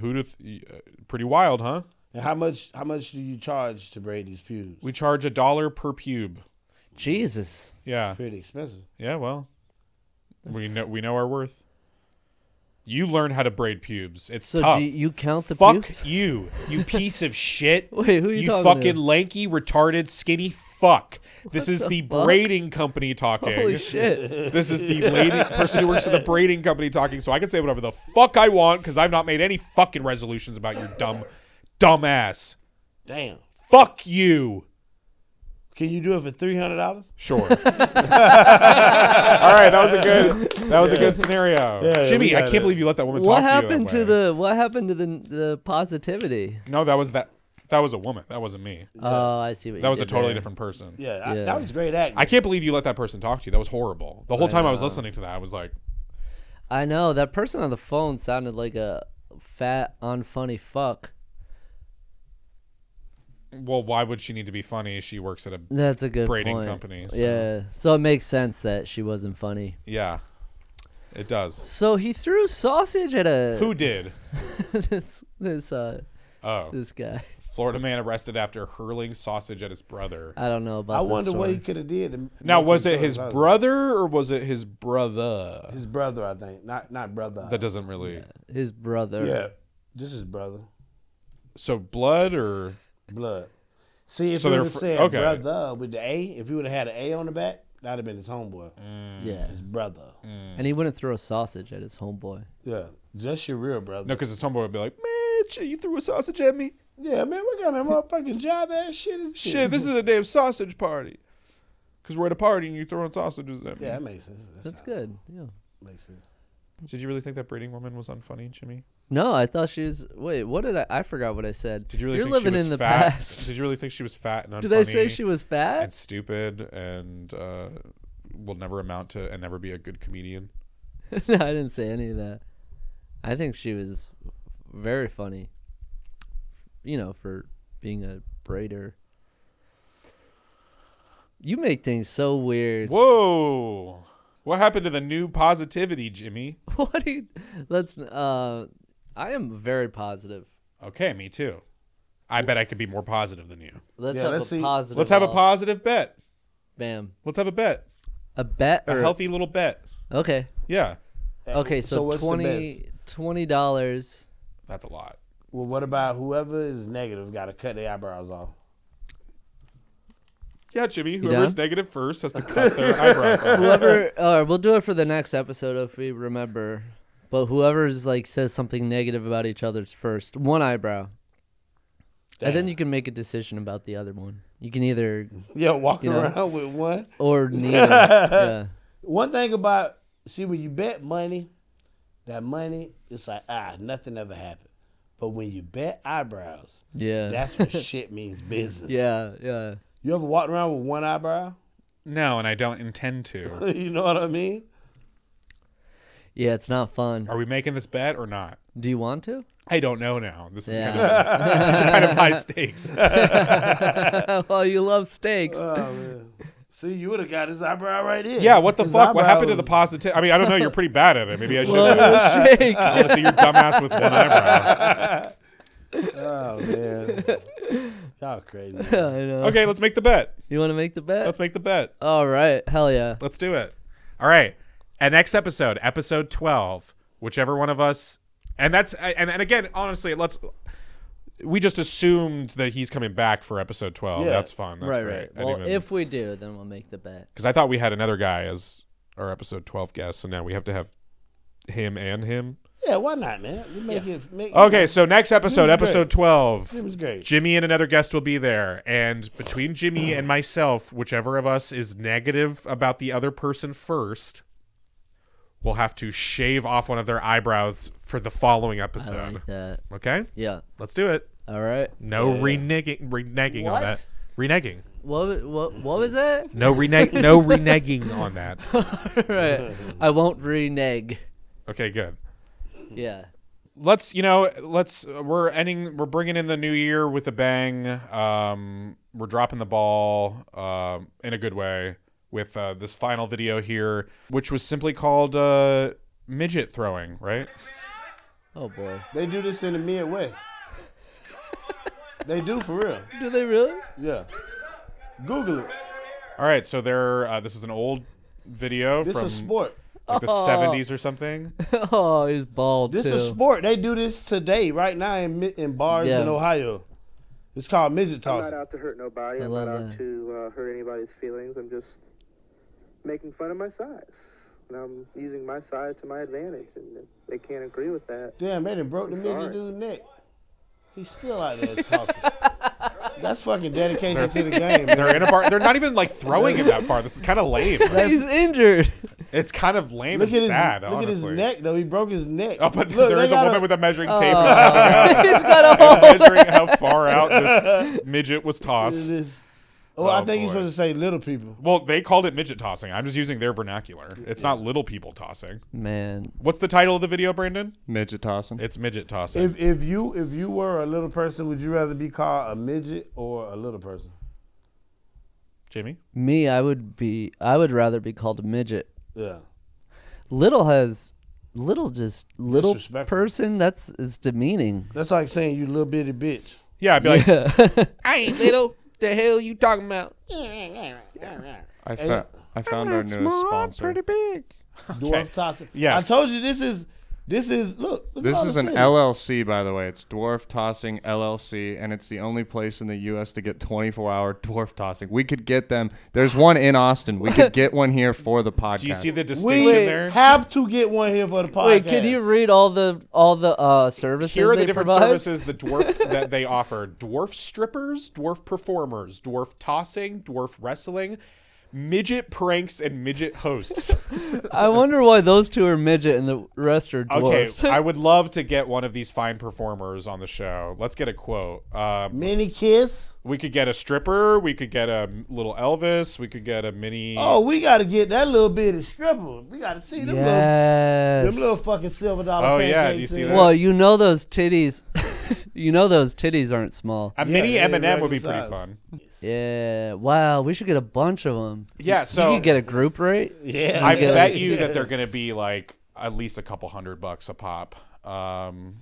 S2: Who th- uh, pretty wild, huh?
S1: And how much how much do you charge to braid these pubes?
S2: We charge a dollar per pube.
S3: Jesus.
S2: Yeah,
S1: Pretty expensive.
S2: yeah. Well, we know we know our worth. You learn how to braid pubes. It's
S3: So
S2: tough.
S3: do you count the
S2: Fuck
S3: pubes?
S2: you, you piece of shit.
S3: Wait, who are you talking
S2: fucking
S3: to?
S2: lanky, retarded, skinny fuck. This is
S3: the
S2: the
S3: fuck?
S2: braiding company talking.
S3: Holy shit.
S2: This is the lady person who works for the braiding company talking, so I can say whatever the fuck I want because I've not made any fucking resolutions about your dumb, dumb ass.
S1: Damn.
S2: Fuck you.
S1: Can you do it for three hundred dollars?
S2: Sure. All right, that was a good. That was a good scenario,
S1: yeah, we
S2: Jimmy. I
S1: got
S2: can't
S1: it.
S2: believe you let that woman
S3: What
S2: talk
S3: happened
S2: to
S3: to
S2: you. that way.
S3: the what happened to the the positivity?
S2: No, that was that. That was a woman. That wasn't me.
S3: Oh, I see what you
S2: That was a
S3: did
S2: totally
S3: there.
S2: different person.
S1: Yeah, I-
S3: Yeah.
S1: that was great acting.
S2: I can't believe you let that person talk to you. That was horrible. The whole time I, was listening to that, I was like,
S3: I know that person on the phone sounded like a fat unfunny fuck.
S2: "Well, why would she need to be funny? She works at a
S3: That's a good
S2: Braiding
S3: point.
S2: company, so-
S3: Yeah, so it makes sense that she wasn't funny.
S2: yeah." It does.
S3: So he threw sausage at a
S2: Who did?
S3: this this uh
S2: Oh,
S3: this guy.
S2: Florida man arrested after hurling sausage at his brother.
S3: I don't know about.
S1: I
S3: this
S1: wonder what
S3: story.
S1: he could have did. to
S2: Now,
S1: make
S2: was
S1: him
S2: it
S1: throw
S2: his
S1: dollars.
S2: brother or was it his brother?
S1: His brother, I think. Not not brother.
S2: That doesn't really.
S3: his brother.
S1: yeah, just his brother.
S2: So blood or
S1: Blood. See, if
S2: So
S1: he
S2: they're
S1: would have
S2: fr-
S1: said
S2: okay.
S1: brother with the A, if he would have had an A on the back, that'd have been his homeboy.
S2: Mm.
S3: yeah.
S2: Mm-hmm.
S1: His brother.
S3: And he wouldn't throw a sausage at his homeboy.
S1: Yeah, just your real brother.
S2: no? Because his homeboy would be like, "Mitch, you threw a sausage at me.
S1: Yeah, man, what kind of motherfucking job ass shit is this?
S2: Shit, this is a damn sausage party. Because we're at a party and you're throwing sausages at me."
S1: Yeah, that makes sense. That's
S3: That's good. Yeah.
S1: makes sense.
S2: Did you really think that breeding woman was unfunny, Jimmy?
S3: No, I thought she was. Wait, what did I? I forgot what I said.
S2: Did you really
S3: You're
S2: think
S3: living
S2: she was
S3: in the
S2: fat?
S3: past.
S2: Did you really think she was fat and unfunny?
S3: Did I say she was fat?
S2: and stupid and uh, will never amount to and never be a good comedian?
S3: no, I didn't say any of that. I think she was very funny. You know, for being a braider. You make things so weird. What,
S2: Whoa! What happened to the new positivity, Jimmy?
S3: do you? Let's. Uh, I am very positive.
S2: Okay, me too. I bet I could be more positive than you.
S3: Let's
S1: Yeah,
S3: have
S1: let's
S3: a
S1: see.
S3: positive.
S2: Let's have a
S3: all.
S2: positive bet.
S3: Bam.
S2: Let's have a bet.
S3: A bet
S2: A
S3: or
S2: healthy little bet.
S3: okay.
S2: Yeah,
S3: Okay, so,
S1: Uh, what's the best?
S3: twenty twenty dollars.
S2: that's a lot.
S1: Well, what about whoever is negative got to cut their eyebrows off?
S2: Yeah, Jimmy.
S3: down?
S2: Whoever's negative first has to cut their eyebrows off.
S3: Whoever, or we'll do it for the next episode if we remember. But whoever's like says something negative about each other's first, one eyebrow, and then you can make a decision about the other one. You can either
S1: Yeah, walking
S3: You know?
S1: around with one.
S3: or neither. yeah.
S1: One thing about see when you bet money, that money it's like ah nothing ever happened. But when you bet eyebrows,
S3: Yeah.
S1: that's when shit means business.
S3: yeah. Yeah.
S1: You ever walked around with one eyebrow?
S2: No, and I don't intend to.
S1: you know what I mean?
S3: Yeah. It's not fun.
S2: Are we making this bet or not?
S3: Do you want to?
S2: I don't know now. This is
S3: Yeah.
S2: kind of this is kind of high stakes.
S3: well, you love steaks.
S2: Uh,
S1: Oh man. See, you would have got his eyebrow right in.
S2: Yeah, what the
S1: His
S2: fuck? What happened to
S1: eyebrow
S2: the
S1: was-
S2: positive? I mean, I don't know. You're pretty bad at it. Maybe I should.
S3: Well, shake.
S2: I want to see your dumbass with one eyebrow.
S1: Oh man, y'all crazy.
S3: I know.
S2: Okay, let's make the bet.
S3: You want to make the bet?
S2: Let's make the bet.
S3: All right. Hell yeah.
S2: Let's do it. All right. And next episode, episode 12, whichever one of us. And that's and, and again, honestly, let's we just assumed that he's coming back for episode 12.
S1: Yeah.
S2: That's fun. That's
S3: right.
S2: great.
S3: Right. Well, if we do, then we'll make the bet.
S2: cuz I thought we had another guy as our episode 12 guest, so now we have to have him and him.
S1: Yeah, why not, man? You make it. Make,
S2: Okay, so next episode,
S1: Jim's great.
S2: episode 12.
S1: Jim's great.
S2: Jimmy and another guest will be there. And between Jimmy and myself, whichever of us is negative about the other person first, will have to shave off one of their eyebrows for the following
S3: I
S2: episode.
S3: like that.
S2: Okay?
S3: Yeah.
S2: Let's do it.
S3: All right.
S2: No reneging reneging on
S3: What?
S2: that. Reneging.
S3: What wa- what what was that?
S2: No reneg no reneging on that.
S3: All right. I won't renege.
S2: Okay, good.
S3: Yeah.
S2: let's you know let's we're ending we're bringing in the new year with a bang um we're dropping the ball um in a good way with uh, this final video here which was simply called uh midget throwing right
S3: Oh boy.
S1: They do this in the Midwest. they do for real.
S3: Do they really?
S1: Yeah. Google it.
S2: all right so there uh, this is an old video
S1: This
S2: from
S1: is sport.
S2: like the 70s or something
S3: oh, he's bald
S1: This
S3: too.
S1: is sport. They do this today, right now in mi- in bars
S3: Yeah.
S1: in Ohio. It's called midget
S5: I'm not
S1: tossing.
S5: out to hurt nobody.
S3: I
S5: I'm
S3: love
S5: not out
S3: that.
S5: to uh, hurt anybody's feelings. I'm just making fun of my size. And I'm using my size to my advantage. And if they can't agree with that,
S1: Damn, they done broke the midget
S5: Sorry.
S1: dude's neck. He's still out there tossing. That's fucking dedication to the game. man.
S2: they're in a bar they're not even like throwing him that far this is kind of lame
S3: he's injured.
S2: it's kind of lame
S1: Look at
S2: and
S1: his
S2: sad
S1: look at
S2: honestly
S1: his neck though. He broke his neck.
S2: Oh, but
S1: Look,
S2: there
S1: they
S2: is a
S1: got
S2: woman with a measuring tape Oh
S3: he's got a hole.
S2: measuring how far out this midget was tossed.
S1: This- Oh, I
S2: Oh,
S1: think he's
S2: boy.
S1: supposed to say little people.
S2: Well, they called it midget tossing. I'm just using their vernacular. It's not little people tossing.
S3: Man.
S2: What's the title of the video, Brandon?
S4: Midget tossing.
S2: It's midget tossing.
S1: If if you if you were a little person, would you rather be called a midget or a little person?
S2: Jimmy?
S3: Me, I would be I would rather be called a midget.
S1: Yeah.
S3: Little has little just little
S1: Disrespectful.
S3: person, that's is demeaning.
S1: That's like saying you little bitty bitch.
S2: Yeah, I'd be like,
S6: I ain't little. the hell you talking about?
S4: I, fa- I found our newest sponsor.
S1: Dwarf tossing.
S2: Yes.
S1: I told you this is this is look. look at
S4: This
S1: all
S4: is
S1: the
S4: an
S1: cities.
S4: LLC, by the way. It's Dwarf Tossing LLC, and it's the only place in the U.S. to get 24-hour dwarf tossing. We could get them. There's one in Austin. We could get one here for the podcast.
S2: do you see the
S1: We
S2: distinction there?
S1: have to get one here for the podcast.
S3: Wait, can you read all the all the uh services
S2: Here are the
S3: they
S2: different
S3: provide?
S2: services the dwarf that they offer: dwarf strippers, dwarf performers, dwarf tossing, dwarf wrestling, midget pranks, and midget hosts.
S3: I wonder why those two are midget and the rest are
S2: okay,
S3: dwarfs.
S2: I would love to get one of these fine performers on the show. Let's get a quote. Um,
S1: mini kiss?
S2: We could get a stripper. We could get a little Elvis. We could get a mini.
S1: Oh, we gotta get that little bit of stripper. We gotta see them
S3: Yes.
S1: little them little fucking silver dollar.
S2: Oh, yeah,
S1: pancakes
S2: do you see
S1: in
S2: that?
S1: there.
S3: Well, you know those titties. you know those titties aren't small.
S2: a mini
S1: yeah,
S2: Eminem would be
S1: regular size.
S2: pretty fun.
S3: Yeah. Wow. We should get a bunch of them.
S2: Yeah,
S3: you
S2: so
S3: could get a group rate.
S1: Yeah,
S2: I
S1: yeah,
S2: bet you
S1: yeah.
S2: that they're gonna be like at least a couple hundred bucks a pop, um,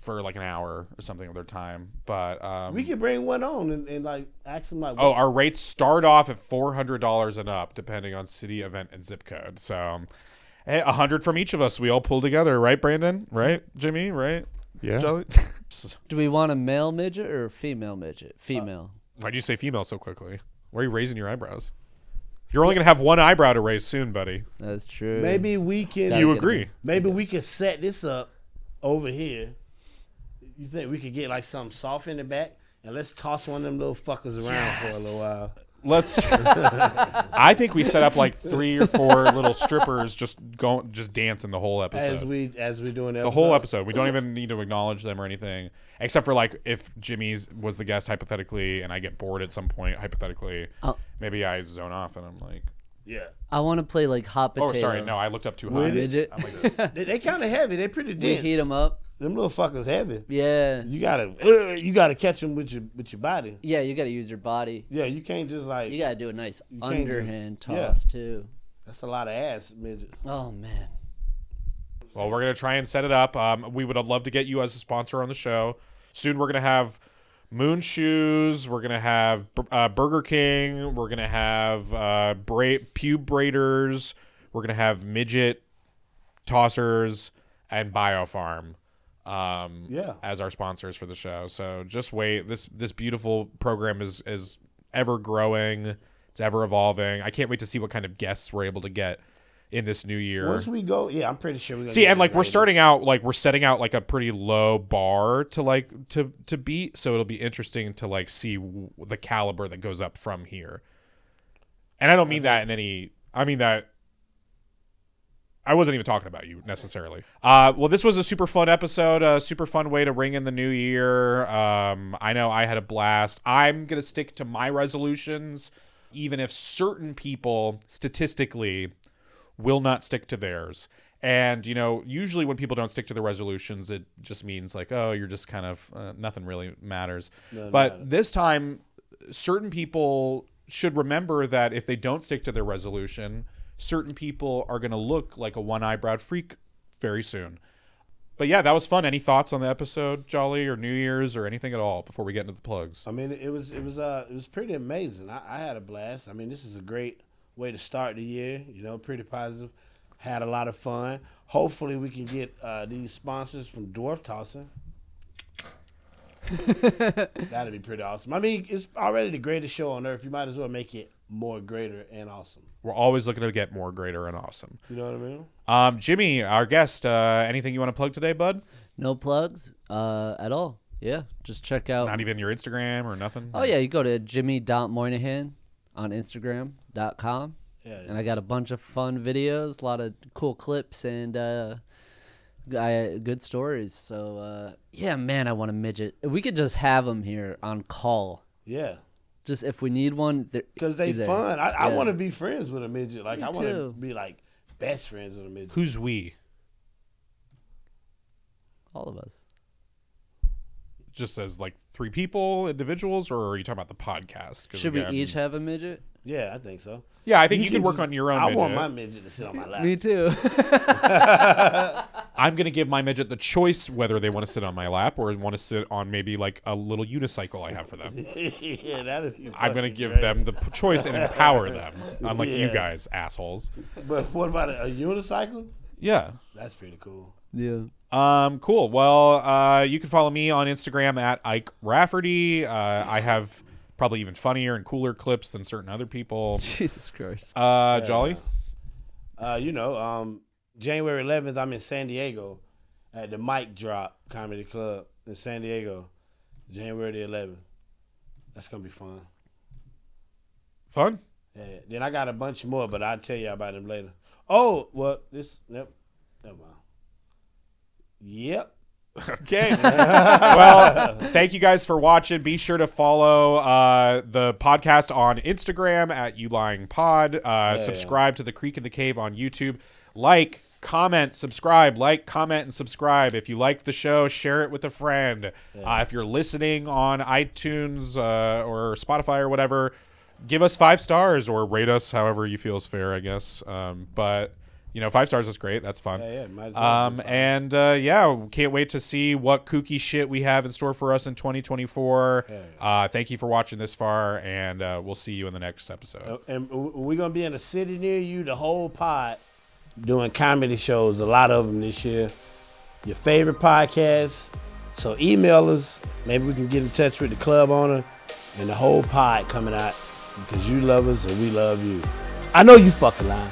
S2: for like an hour or something of their time. But um,
S1: we could bring one on and, and like ask them like,
S2: oh, our rates start off at four hundred dollars and up, depending on city, event, and zip code. So. Hey, a hundred from each of us. We all pull together, right, Brandon? Right, Jimmy? Right?
S4: Yeah.
S2: Jelly?
S3: Do we want a male midget or a female midget? Female.
S2: Why'd you say female so quickly? Why are you raising your eyebrows? You're only gonna have one eyebrow to raise soon, buddy.
S3: That's true.
S1: Uh, maybe we can
S3: You
S2: You
S3: Gotta get a
S2: agree?
S3: big-
S1: maybe we can set this up over here. You think we could get like something soft in the back and let's toss one of them little fuckers around for a little while.
S2: Let's. I think we set up like three or four little strippers just going, just dancing the whole episode.
S1: As we as we doing
S2: the whole episode. We don't even need to acknowledge them or anything, except for like if Jimmy's was the guest hypothetically, and I get bored at some point hypothetically,
S3: Oh.
S2: maybe I zone off and I'm like,
S1: Yeah.
S3: I want to play like hot
S2: oh,
S3: potato.
S2: sorry, no, I looked up too high.
S1: Would it?
S3: Midget.
S1: They, they kind of heavy. They pretty
S3: we
S1: dense.
S3: heat them up.
S1: Them little fuckers heavy.
S3: Yeah.
S1: You gotta uh, you gotta catch them with your with your body.
S3: Yeah. You got to use your body.
S1: Yeah, you can't just like
S3: You got to do a nice
S1: can't
S3: underhand
S1: just- yeah.
S3: toss too.
S1: that's a lot of ass midget.
S3: Oh man.
S2: Well, we're gonna try and set it up. Um, we would love to get you as a sponsor on the show. Soon, we're gonna have Moon Shoes. We're gonna have uh, Burger King. We're gonna have uh, bra- pube braiders. We're gonna have midget tossers and BioFarm um,
S1: Yeah.
S2: as our sponsors for the show. So just wait. This this beautiful program is is ever growing. It's ever evolving. I can't wait to see what kind of guests we're able to get in this new year.
S1: Once we go, yeah, I'm pretty sure we're gonna
S2: See,
S1: get
S2: and like we're
S1: Raiders.
S2: starting out like we're setting out like a pretty low bar to like to to beat, so it'll be interesting to like see w- the caliber that goes up from here. And I don't mean that in any I mean that I wasn't even talking about you necessarily. Uh, well, this was a super fun episode, a super fun way to ring in the new year. Um, I know I had a blast. I'm going to stick to my resolutions, even if certain people statistically will not stick to theirs. And, you know, usually when people don't stick to their resolutions, it just means like, oh, you're just kind of, uh, nothing really matters. but this time, certain people should remember that if they don't stick to their resolution, certain people are going to look like a one eyebrowed freak very soon. But yeah, that was fun. Any thoughts on the episode, Jolly, or New Year's, or anything at all before we get into the plugs?
S1: I mean, it was it was uh it was pretty amazing. I, I had a blast. I mean, this is a great way to start the year. You know, pretty positive. Had a lot of fun. Hopefully, we can get uh, these sponsors from Dwarf Tossing. That'd be pretty awesome. I mean, it's already the greatest show on earth. You might as well make it more greater and awesome.
S2: We're always looking to get more greater and awesome.
S1: You know what I mean?
S2: Um, Jimmy, our guest, uh, anything you want to plug today, bud?
S3: No plugs uh, at all. Yeah, just check out.
S2: Not even your Instagram or nothing?
S3: Oh yeah, you go to Jimmy Dot Moynihan on Instagram.com.
S1: Yeah.
S3: And I got a bunch of fun videos, a lot of cool clips, and uh, I, good stories. So uh, yeah, man, I want a midget. If We could just have them here on call.
S1: Yeah.
S3: Just if we need one, they're-
S1: Because they
S3: they're-
S1: fun. I, I
S3: yeah.
S1: want to be friends with a midget. Like,
S3: Me
S1: I want to
S3: too.
S1: be like best friends with a midget.
S2: Who's we?
S3: All of us.
S2: Just as like three people, individuals, or are you talking about the podcast? 'Cause
S3: Should we
S2: again-
S3: each have a midget?
S1: Yeah, I think so.
S2: Yeah, I think you, can work
S1: just-
S2: on your own.
S1: I want
S2: midget.
S1: my midget to sit on my lap.
S3: Me too.
S2: I'm gonna give my midget the choice whether they want to sit on my lap or want to sit on maybe like a little unicycle I have for them.
S1: yeah, that'd be.
S2: I'm gonna
S1: fucking
S2: give
S1: great.
S2: them the p- choice and empower them, unlike you
S1: Yeah.
S2: guys, assholes.
S1: But what about a, a unicycle?
S2: Yeah.
S1: That's pretty cool.
S3: yeah.
S2: Um, cool. Well, uh, you can follow me on Instagram at Ike Rafferty. Uh, I have probably even funnier and cooler clips than certain other people.
S3: Jesus Christ.
S2: Uh, Jolly.
S1: Uh, you know, um, January 11th, I'm in San Diego at the Mic Drop Comedy Club in San Diego. January the 11th. That's gonna be fun.
S2: Fun.
S1: Yeah. Then I got a bunch more, but I'll tell you about them later. Oh, well, this. Yep. Never mind. Yep.
S2: Okay. well, thank you guys for watching. Be sure to follow uh, the podcast on Instagram at You Lying Pod. Uh, subscribe to The Creek in the Cave on YouTube. Like, comment, subscribe. Like, comment, and subscribe. If you like the show, share it with a friend. Uh, if you're listening on iTunes uh, or Spotify or whatever, give us five stars or rate us however you feel is fair, I guess. Um, but, you know, five stars is great. That's fun.
S1: Yeah, yeah, might as well.
S2: Um, and uh, yeah, can't wait to see what kooky shit we have in store for us in 2024. Uh, thank you for watching this far, and uh, we'll see you in the next episode.
S1: and we're gonna be in a city near you the whole pod doing comedy shows a lot of them this year your favorite podcast so email us maybe we can get in touch with the club owner and the whole pod coming out because you love us and we love you i know you fucking lying